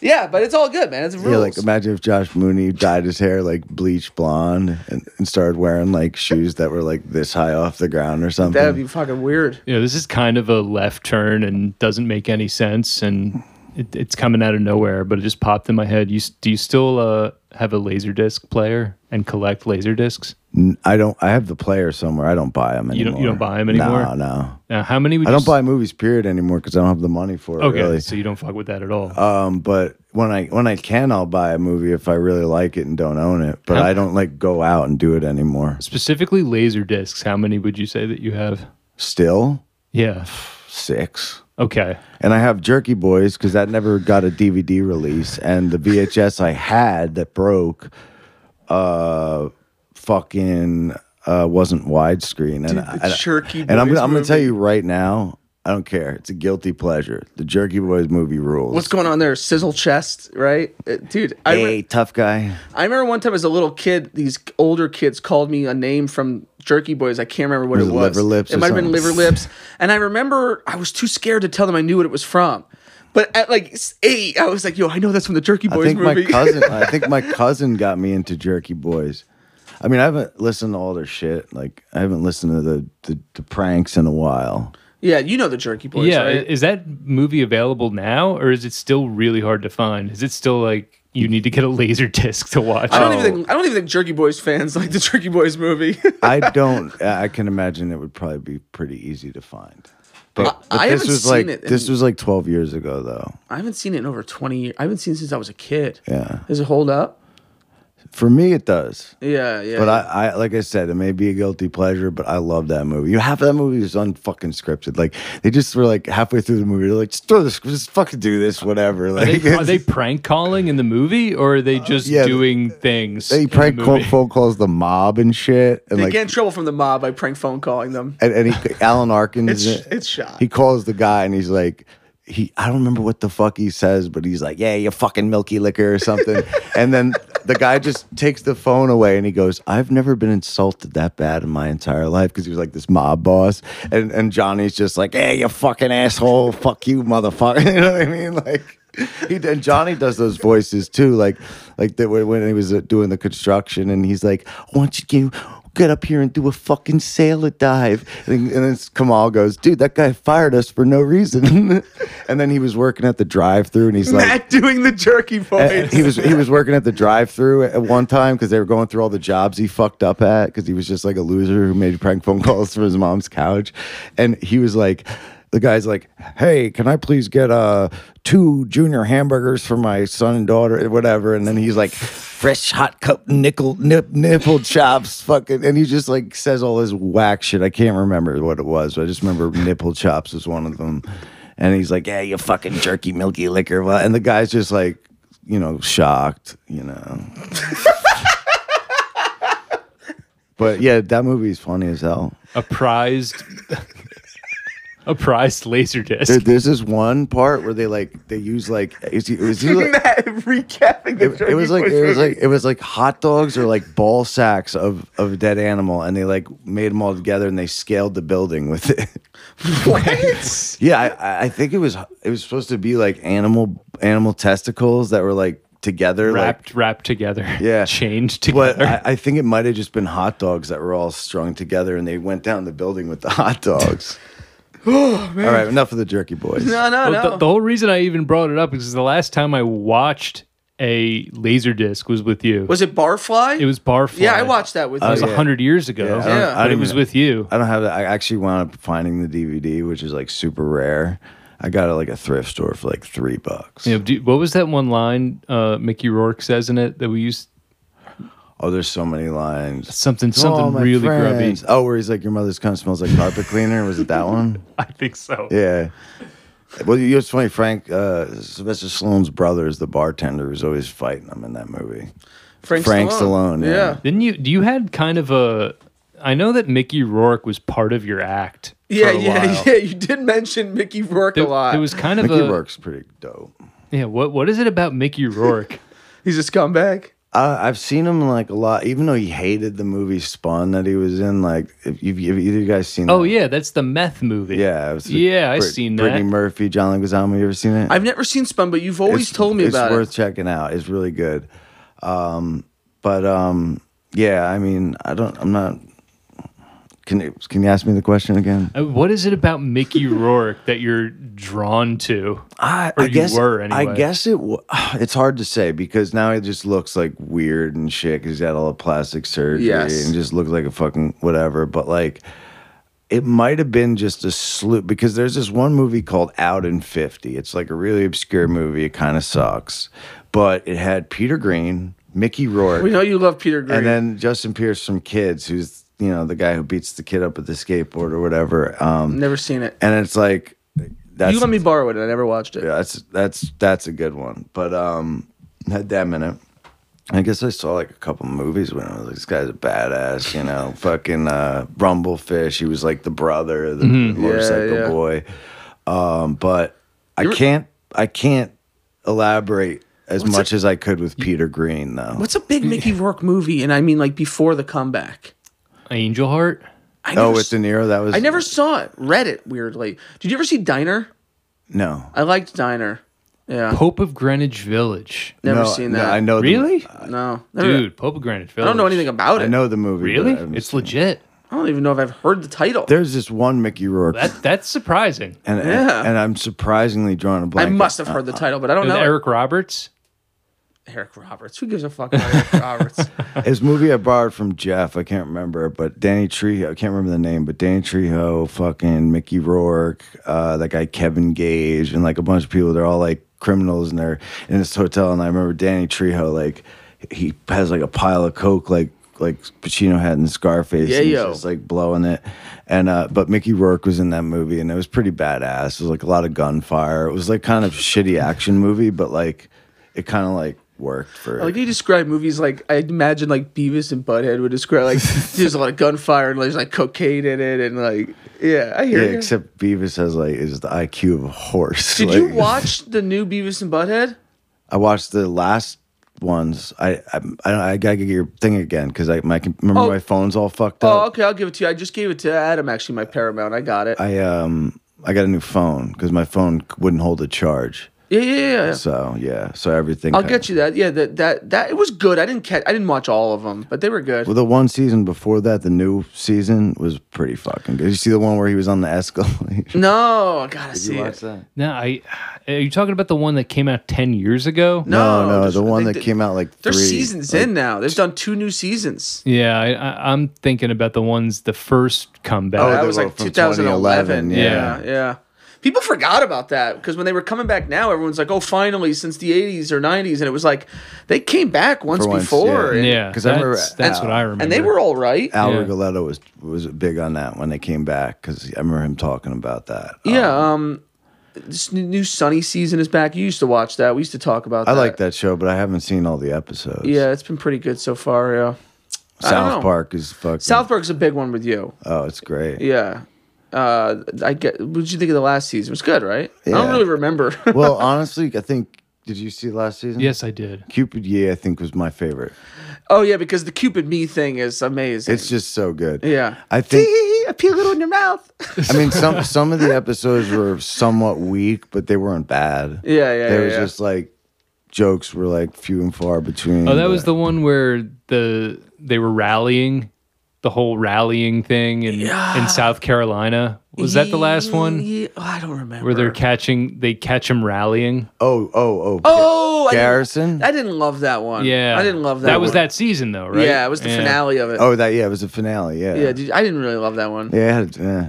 S3: yeah, but it's all good, man. It's rules.
S1: Yeah, like imagine if Josh Mooney dyed his hair like bleach blonde and, and started wearing like shoes that were like this high off the ground or something.
S3: That'd be fucking weird.
S2: you know, this is kind of a left turn and doesn't make any sense, and it, it's coming out of nowhere. But it just popped in my head. You s- do you still uh, have a laser disc player and collect laser discs?
S1: N- I don't. I have the player somewhere. I don't buy them anymore.
S2: You don't- you don't buy 'em anymore?
S1: No, no.
S2: Now, how many? Would
S1: I
S2: you
S1: don't
S2: s-
S1: buy movies period anymore because I don't have the money for it.
S2: Okay,
S1: Really.
S2: so you don't fuck with that at all.
S1: Um, but when I when I can, I'll buy a movie if I really like it and don't own it. But
S2: How-
S1: I don't like go out and do it anymore.
S2: Specifically, laser discs. How many would you say that you have?
S1: Still
S2: Yeah.
S1: six.
S2: Okay.
S1: And I have Jerky Boys because that never got a DVD release. And the VHS I had that broke, uh, fucking uh, wasn't widescreen. And I,
S3: the Jerky
S1: and I'm
S3: Boys
S1: gonna, I'm gonna tell
S3: movie.
S1: you right now, I don't care. It's a guilty pleasure. The Jerky Boys movie rules.
S3: What's going on there? Sizzle chest, right? Uh, Dude, I,
S1: Hey,
S3: re-
S1: tough guy.
S3: I remember one time as a little kid, these older kids called me a name from Jerky Boys. I can't remember what
S1: Was
S3: it
S1: it
S3: was.
S1: Liver Lips
S3: It
S1: or
S3: might have been
S1: something?
S3: Liver Lips. And I remember I was too scared to tell them I knew what it was from. But at like s- eight, I was like, yo, I know that's from the Jerky
S1: I
S3: Boys
S1: think
S3: movie.
S1: my cousin. I think my cousin got me into Jerky Boys. I mean, I haven't listened to all their shit. Like, I haven't listened to the the, the pranks in a while.
S3: yeah, you know the Jerky Boys,
S2: yeah.
S3: right?
S2: Is that movie available now, or is it still really hard to find? Is it still like you need to get a laser disc to watch?
S3: I
S1: Oh.
S3: don't
S2: it?
S3: even think I don't even think Jerky Boys fans like the Jerky Boys movie.
S1: I don't. I can imagine it would probably be pretty easy to find. But,
S3: I-
S1: but
S3: I
S1: this
S3: haven't
S1: was
S3: seen
S1: like
S3: it in-
S1: this was like twelve years ago, though.
S3: I haven't seen it in over twenty years. I haven't seen it since I was a kid.
S1: Yeah.
S3: Does it hold up?
S1: For me, it does.
S3: Yeah, yeah.
S1: But I, I, like I said, it may be a guilty pleasure, but I love that movie. You half of that movie is unfucking scripted. Like they just were like halfway through the movie, they're like, just throw this, just fucking do this, whatever.
S2: Are
S1: Like
S2: they, are they prank calling in the movie, or are they just
S1: Uh, yeah, they-
S2: doing things?
S1: they
S2: in the
S1: prank call,
S2: movie?
S1: phone calls the mob and shit, and
S3: they
S1: like
S3: get in trouble from the mob by prank phone calling them.
S1: and, and he, Alan Arkin.
S3: It's
S1: is in it.
S3: it's shot.
S1: He calls the guy and he's like, he I don't remember what the fuck he says, but he's like, yeah, you fucking milky liquor or something. and then the guy just takes the phone away and he goes, I've never been insulted that bad in my entire life because he was like this mob boss. And and Johnny's just like, hey, you fucking asshole, fuck you, motherfucker. you know what I mean? Like. He and Johnny does those voices too, like like that when when he was uh, doing the construction, and he's like, "Why don't you get up here and do a fucking sailor dive. And, and then Kamal goes, dude, that guy fired us for no reason. and then he was working at the drive through and he's like,
S3: Matt doing the jerky
S1: and
S3: voice.
S1: Uh, he was he was working at the drive-through at one time because they were going through all the jobs he fucked up at because he was just like a loser who made prank phone calls from his mom's couch, and he was like. The guy's like, "Hey, can I please get uh two junior hamburgers for my son and daughter, whatever?" And then he's like, "Fresh hot cup nickel nip, nipple chops, fucking," and he just like says all this whack shit. I can't remember what it was, but I just remember nipple chops was one of them. And he's like, "Yeah, you fucking jerky milky liquor," what?" and the guy's just like you know, shocked, you know. but yeah, that movie is funny as hell.
S2: a prized, a prized laser
S1: There,
S2: disc.
S1: there's this one part where they like they use like is he, is he like,
S3: Matt recapping the
S1: it,
S3: jerky
S1: it was like
S3: voice
S1: it was
S3: movie.
S1: like it was like hot dogs or like ball sacks of of a dead animal, and they like made them all together and they scaled the building with it.
S3: what?
S1: yeah, I- I, I think it was it was supposed to be like animal animal testicles that were like together like
S2: Wrapped, wrapped together.
S1: Yeah.
S2: chained
S1: But
S2: together.
S1: I, I think it might have just been hot dogs that were all strung together, and they went down the building with the hot dogs. All right, enough of the jerky boys.
S3: Oh, No,
S2: Well,
S3: no, no.
S2: the, the whole reason I even brought it up is the last time I watched a laser disc was with you.
S3: was it Barfly?
S2: it was Barfly.
S3: Yeah, I watched that with
S2: It
S3: you.
S2: was a
S1: Oh, yeah.
S2: hundred years ago.
S1: Yeah, I don't-
S3: Yeah.
S1: I
S2: but
S1: don't
S2: it was
S1: even-
S2: with you.
S1: I don't have that. I actually wound up finding the DVD, which is like super rare. I got it like a thrift store for like three bucks.
S2: You know, do, what was that one line uh, Mickey Rourke says in it that we used?
S1: Oh, there's so many lines.
S2: Something,
S1: Oh,
S2: something
S1: my
S2: really
S1: friends. Oh, where he's like, your mother's cunt smells like carpet cleaner. Was it that one?
S2: grubby. I think so.
S1: Yeah. Well, you know, it's funny. Frank uh, Sylvester Stallone's brother is the bartender who's always fighting him in that movie.
S3: Frank,
S1: Frank Stallone, yeah.
S2: Didn't you? You had kind of a. I know that Mickey Rourke was part of your act. for
S3: Yeah,
S2: a
S3: yeah,
S2: while.
S3: yeah. You did mention Mickey Rourke
S2: There,
S3: a lot.
S2: there was kind of
S1: Mickey
S2: a
S1: Rourke's pretty dope.
S2: yeah. What what is it about Mickey Rourke?
S3: He's a scumbag.
S1: Uh, I've seen him like a lot, even though he hated the movie Spawn that he was in. Like, if you've, if either you guys seen?
S2: oh
S1: that?
S2: yeah, that's the meth movie.
S1: yeah, it was the
S2: Yeah, I seen that.
S1: Brittany Murphy, John Leguizamo. You ever seen it?
S3: I've never seen Spun, but you've always
S1: It's-
S3: told me
S1: it's
S3: about
S1: worth
S3: it.
S1: checking out. It's really good. Um, but um, yeah, I mean, I don't. I'm not. Can you can you ask me the question again?
S2: Uh, What is it about Mickey Rourke that you're drawn to?
S1: I,
S2: Or
S1: I
S2: you
S1: guess
S2: were,
S1: I
S2: anyway.
S1: guess it. wa- It's hard to say because now it just looks like weird and shit. 'cause He's had all the plastic surgery
S3: Yes.
S1: and just looks like a fucking whatever. But like, it might have been just a slew because there's this one movie called Out in Fifty. It's like a really obscure movie. It kind of sucks, but it had Peter Green, Mickey Rourke,
S3: We know you love Peter Green.
S1: and then Justin Pierce from Kids, who's you know the guy who beats the kid up with the skateboard or whatever. Um,
S3: never seen it.
S1: and it's like. That's
S3: you let me borrow it, and I never watched it.
S1: yeah, that's that's that's a good one. But um, had that minute. I guess I saw like a couple movies when I was like, this guy's a badass, you know, fucking uh, Rumblefish. He was like the brother, of the motorcycle
S3: Mm-hmm. yeah.
S1: boy. Um, but I can't, I can't elaborate as
S3: What's
S1: much as I could with Peter Green though.
S3: What's a big Mickey Rourke movie? And I mean, like before the comeback.
S2: Angel Heart.
S3: I
S1: oh,
S3: never,
S1: with De Niro, that was
S3: I never saw it. Read it weirdly. Did you ever see Diner?
S1: no.
S3: I liked Diner. Yeah,
S2: Pope of Greenwich Village.
S3: never
S1: No,
S3: seen
S1: no,
S3: that.
S1: I know the-
S2: Really?
S3: No, never-
S2: Dude, Pope of Greenwich
S3: I
S2: Village.
S3: don't know anything about it.
S1: I know the movie. but
S2: Really?
S1: I haven't
S2: It's
S1: seen it.
S2: legit.
S3: I don't even know if I've heard the title.
S1: There's this one Mickey Rourke,
S2: That that's surprising.
S1: and, and-
S3: Yeah.
S1: and I'm surprisingly drawn a
S3: I
S1: blank.
S3: must have
S1: uh,
S3: heard the title, but I don't
S2: With
S3: know. it.
S2: Eric Roberts.
S3: Eric Roberts. Who gives a fuck about Eric Roberts?
S1: His movie I borrowed from Jeff, I can't remember, but Danny Trejo, I can't remember the name, but Danny Trejo, fucking Mickey Rourke, uh, that guy Kevin Gage, and like a bunch of people. They're all like criminals and they're in this hotel. And I remember Danny Trejo, like, he has like a pile of coke, like, like Pacino had in Scarface.
S3: Yeah,
S1: and he's
S3: yo.
S1: just like blowing it. And, uh, but Mickey Rourke was in that movie and it was pretty badass. It was like a lot of gunfire. It was like kind of shitty action movie, but like, it kind of like worked for
S3: I like how you describe movies like I imagine like Beavis and Butthead would describe like there's a lot of gunfire and there's like cocaine in it and like yeah I hear
S1: Yeah,
S3: you.
S1: except Beavis has like is the IQ of a horse.
S3: Did you
S1: Like,
S3: watch the new Beavis and Butthead?
S1: I watched the last ones. I I, I, I gotta get your thing again because I my com- remember
S3: Oh.
S1: my phone's all fucked
S3: Oh,
S1: up.
S3: okay, I'll give it to you. I just gave it to Adam actually, my Paramount. I got it.
S1: I um I got a new phone because my phone wouldn't hold a charge.
S3: yeah, yeah, yeah. yeah.
S1: So yeah, so everything.
S3: I'll get you that. Yeah, that that that it was good. I didn't catch. I didn't watch all of them, but they were good.
S1: Well, the one season before that, the new season was pretty fucking good. You see the one where he was on the escalator?
S3: no, I gotta see it.
S1: that?
S2: No, I. Are you talking about the one that came out ten years ago?
S1: No, no,
S3: there's-
S1: the one
S3: they-
S1: that
S3: they-
S1: came out like
S3: There's
S1: three.
S3: seasons
S1: like,
S3: in now. They've done two new seasons.
S2: Yeah, I, I, I'm thinking about the ones the first
S1: Oh,
S2: comeback.
S1: they
S3: that was
S1: were
S3: like
S1: from
S3: 2011.
S1: 2011,
S2: yeah.
S3: Yeah. yeah, People forgot about that because when they were coming back now, everyone's like, "Oh, finally!" Since the 80s or 90s, and it was like they came back once
S1: For once,
S3: before, and,
S2: yeah,
S1: 'Cause I remember-
S2: that's, that's
S1: and-
S2: what I remember.
S3: and they were all right.
S1: Al
S2: Yeah.
S1: Rigoletto was was big on that when they came back because I remember him talking about that. Oh,
S3: yeah. Um, this new- new Sunny season is back. You used to watch that. We used to talk about.
S1: I
S3: that.
S1: like that show, but I haven't seen all the episodes.
S3: Yeah, it's been pretty good so far. Yeah. I don't know.
S1: South Park is fucking.
S3: South Park's a big one with you.
S1: Oh, it's great.
S3: Yeah. Uh, I get. What did you think of the last season? It was good, right? I don't
S1: Yeah.
S3: really remember.
S1: well, honestly, I think. Did you see last season?
S2: Yes, I did.
S1: Cupid Ye, I think, was my favorite.
S3: oh yeah, because the Cupid me thing is amazing.
S1: It's just so good.
S3: yeah.
S1: I think.
S3: I pee a little in your mouth.
S1: I mean, some some of the episodes were somewhat weak, but they weren't bad.
S3: Yeah, yeah,
S1: There
S3: yeah,
S1: was
S3: yeah.
S1: just like jokes were like few and far between.
S2: Oh, that was
S1: but-
S2: the one where the they were rallying, the whole rallying thing in in South Carolina. Was that the last one
S3: Yeah, oh, I don't remember.
S2: where they're catching? They catch him rallying.
S1: Oh, oh, oh.
S3: oh, I didn't-
S1: Garrison?
S3: I didn't love that one.
S2: Yeah,
S3: I didn't love that.
S2: That was
S3: one.
S2: that season though, right?
S3: Yeah, it was the finale of it.
S1: Oh, that yeah, Oh, it was a finale. Yeah.
S3: yeah, did, I didn't really love that one.
S1: Yeah. it had- yeah.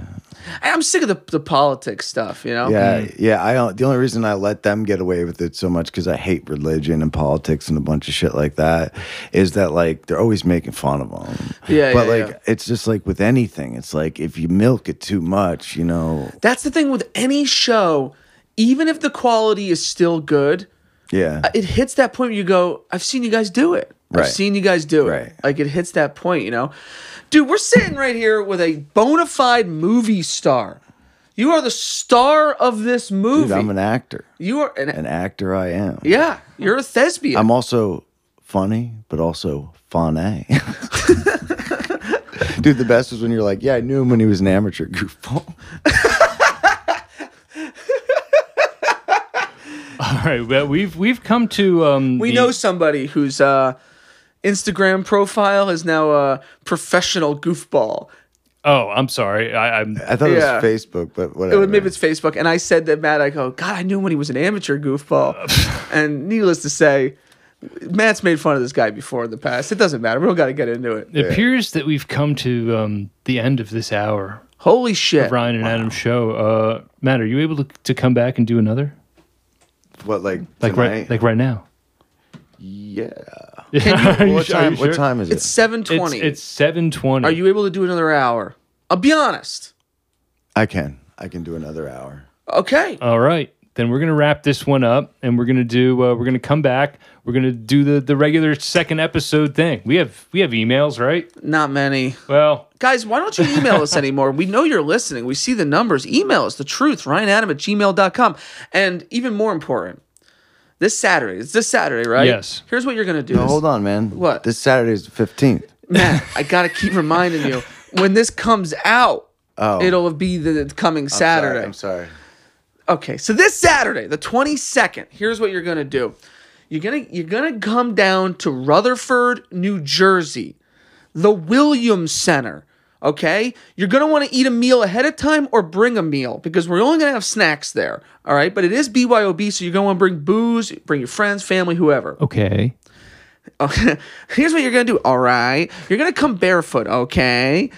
S3: I- I'm sick of the, the politics stuff, you know?
S1: Yeah, yeah. I don't. The only reason I let them get away with it so much because I hate religion and politics and a bunch of shit like that is that like they're always making fun of them.
S3: Yeah,
S1: but
S3: yeah,
S1: like
S3: yeah.
S1: it's just like with anything, it's like if you milk it too much, you know.
S3: That's the thing with any show, even if the quality is still good,
S1: Yeah,
S3: it hits that point where you go, I've seen you guys do it.
S1: Right.
S3: I've seen you guys do it.
S1: Right.
S3: Like it hits that point, you know? Dude, we're sitting right here with a bona fide movie star. You are the star of this movie.
S1: Dude, I'm an actor.
S3: you are an,
S1: An actor, I am.
S3: Yeah, you're a thespian.
S1: I'm also funny, but also funny. Dude, the best is when you're like, yeah, I knew him when he was an amateur goofball.
S2: All right, but we've we've come to um
S3: we
S2: the-
S3: know somebody whose uh, Instagram profile is now a professional goofball.
S2: Oh, I'm sorry. I, I'm
S1: I thought
S3: Yeah.
S1: it was Facebook, but
S3: It
S1: whatever.
S3: was- Maybe it's Facebook. And I said that Matt, I go, God, I knew him when he was an amateur
S2: Uh,
S3: goofball. and needless to say, Matt's made fun of this guy before in the past. It doesn't matter. We don't got to get into it.
S2: It appears that we've come to um, the end of this hour,
S3: Holy shit.
S2: Ryan and Adam's show. Uh, Matt, are you able to, to come back and do another?
S1: what like
S2: Like right,
S1: tonight?
S2: like right now.
S1: yeah.
S2: Are you
S1: What
S2: sure- are
S1: time?
S2: you
S1: What
S2: sure?
S1: time is
S3: It's
S1: it?
S3: 720.
S2: It's, it's seven twenty.
S3: Are you able to do another hour? I'll be honest.
S1: I can. I can do another hour.
S3: Okay.
S2: All right. Then we're gonna wrap this one up, and we're gonna do. Uh, we're gonna come back. We're gonna do the the regular second episode thing. We have we have emails, right?
S3: Not many.
S2: Well,
S3: Guys, why don't you email us anymore? We know you're listening. We see the numbers. Email us the truth, ryanadam at gmail.com. And even more important, this Saturday, it's this Saturday, right?
S2: Yes.
S3: Here's what you're going to do.
S1: No, hold on, man.
S3: What?
S1: This Saturday is the fifteenth.
S3: Matt, I got to keep reminding you when this comes out,
S1: Oh.
S3: it'll be the coming Saturday.
S1: I'm sorry.
S3: Okay, so this Saturday, the 22nd, here's what you're going to do. You're going to you're going to come down to Rutherford, New Jersey, the Williams Center, okay? You're going to want to eat a meal ahead of time or bring a meal because we're only going to have snacks there, all right? But it is BYOB, so you're going to want to bring booze, bring your friends, family, whoever.
S2: okay.
S3: Okay. Here's what you're going to do, all right? You're going to come barefoot, okay?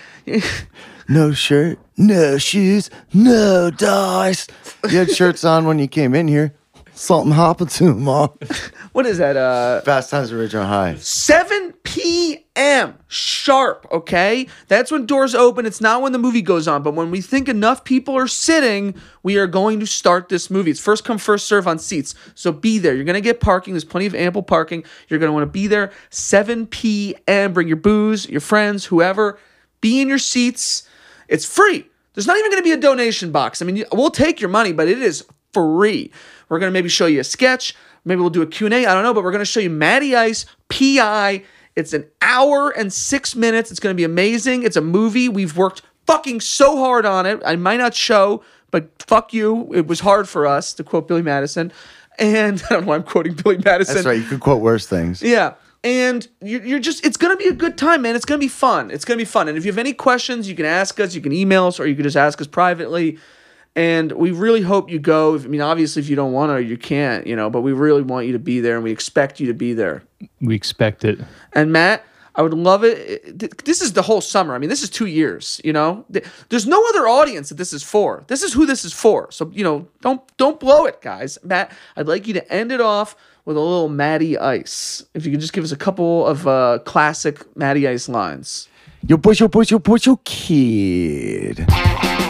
S1: No shirt, no shoes, no dice. You had shirts on when you came in here. Salt and hop and two mom.
S3: What is that? Uh
S1: Fast times at Ridgemont High.
S3: 7 p.m. sharp, okay? That's when doors open. It's not when the movie goes on, but when we think enough people are sitting, we are going to start this movie. It's first come, first serve on seats. So be there. You're going to get parking. There's plenty of ample parking. You're going to want to be there 7 p.m. Bring your booze, your friends, whoever. Be in your seats. It's free. There's not even going to be a donation box. I mean, you- we'll take your money, but it is free. We're going to maybe show you a sketch. Maybe we'll do a Q&A. I don't know, but we're going to show you Matty Ice, PI. It's an hour and six minutes. It's going to be amazing. It's a movie. We've worked fucking so hard on it. I might not show, but fuck you. It was hard for us, to quote Billy Madison. And I don't know why I'm quoting Billy Madison.
S1: That's right. You could quote worse things.
S3: Yeah. And you're, you're just, it's going to be a good time, man. It's going to be fun. It's going to be fun. And if you have any questions, you can ask us, you can email us, or you can just ask us privately. And we really hope you go. I mean, obviously, if you don't want to, you can't, you know, but we really want you to be there and we expect you to be there.
S2: We expect it.
S3: And Matt, I would love it. it- th- This is the whole summer. I mean, this is two years. You know, Th- there's no other audience that this is for. This is who this is for. So you know, don't don't blow it, guys. Matt, I'd like you to end it off with a little Matty Ice. If you could just give us a couple of uh, classic Matty Ice lines.
S1: Yo, push, yo, push, yo, push, yo, kid.
S4: Thank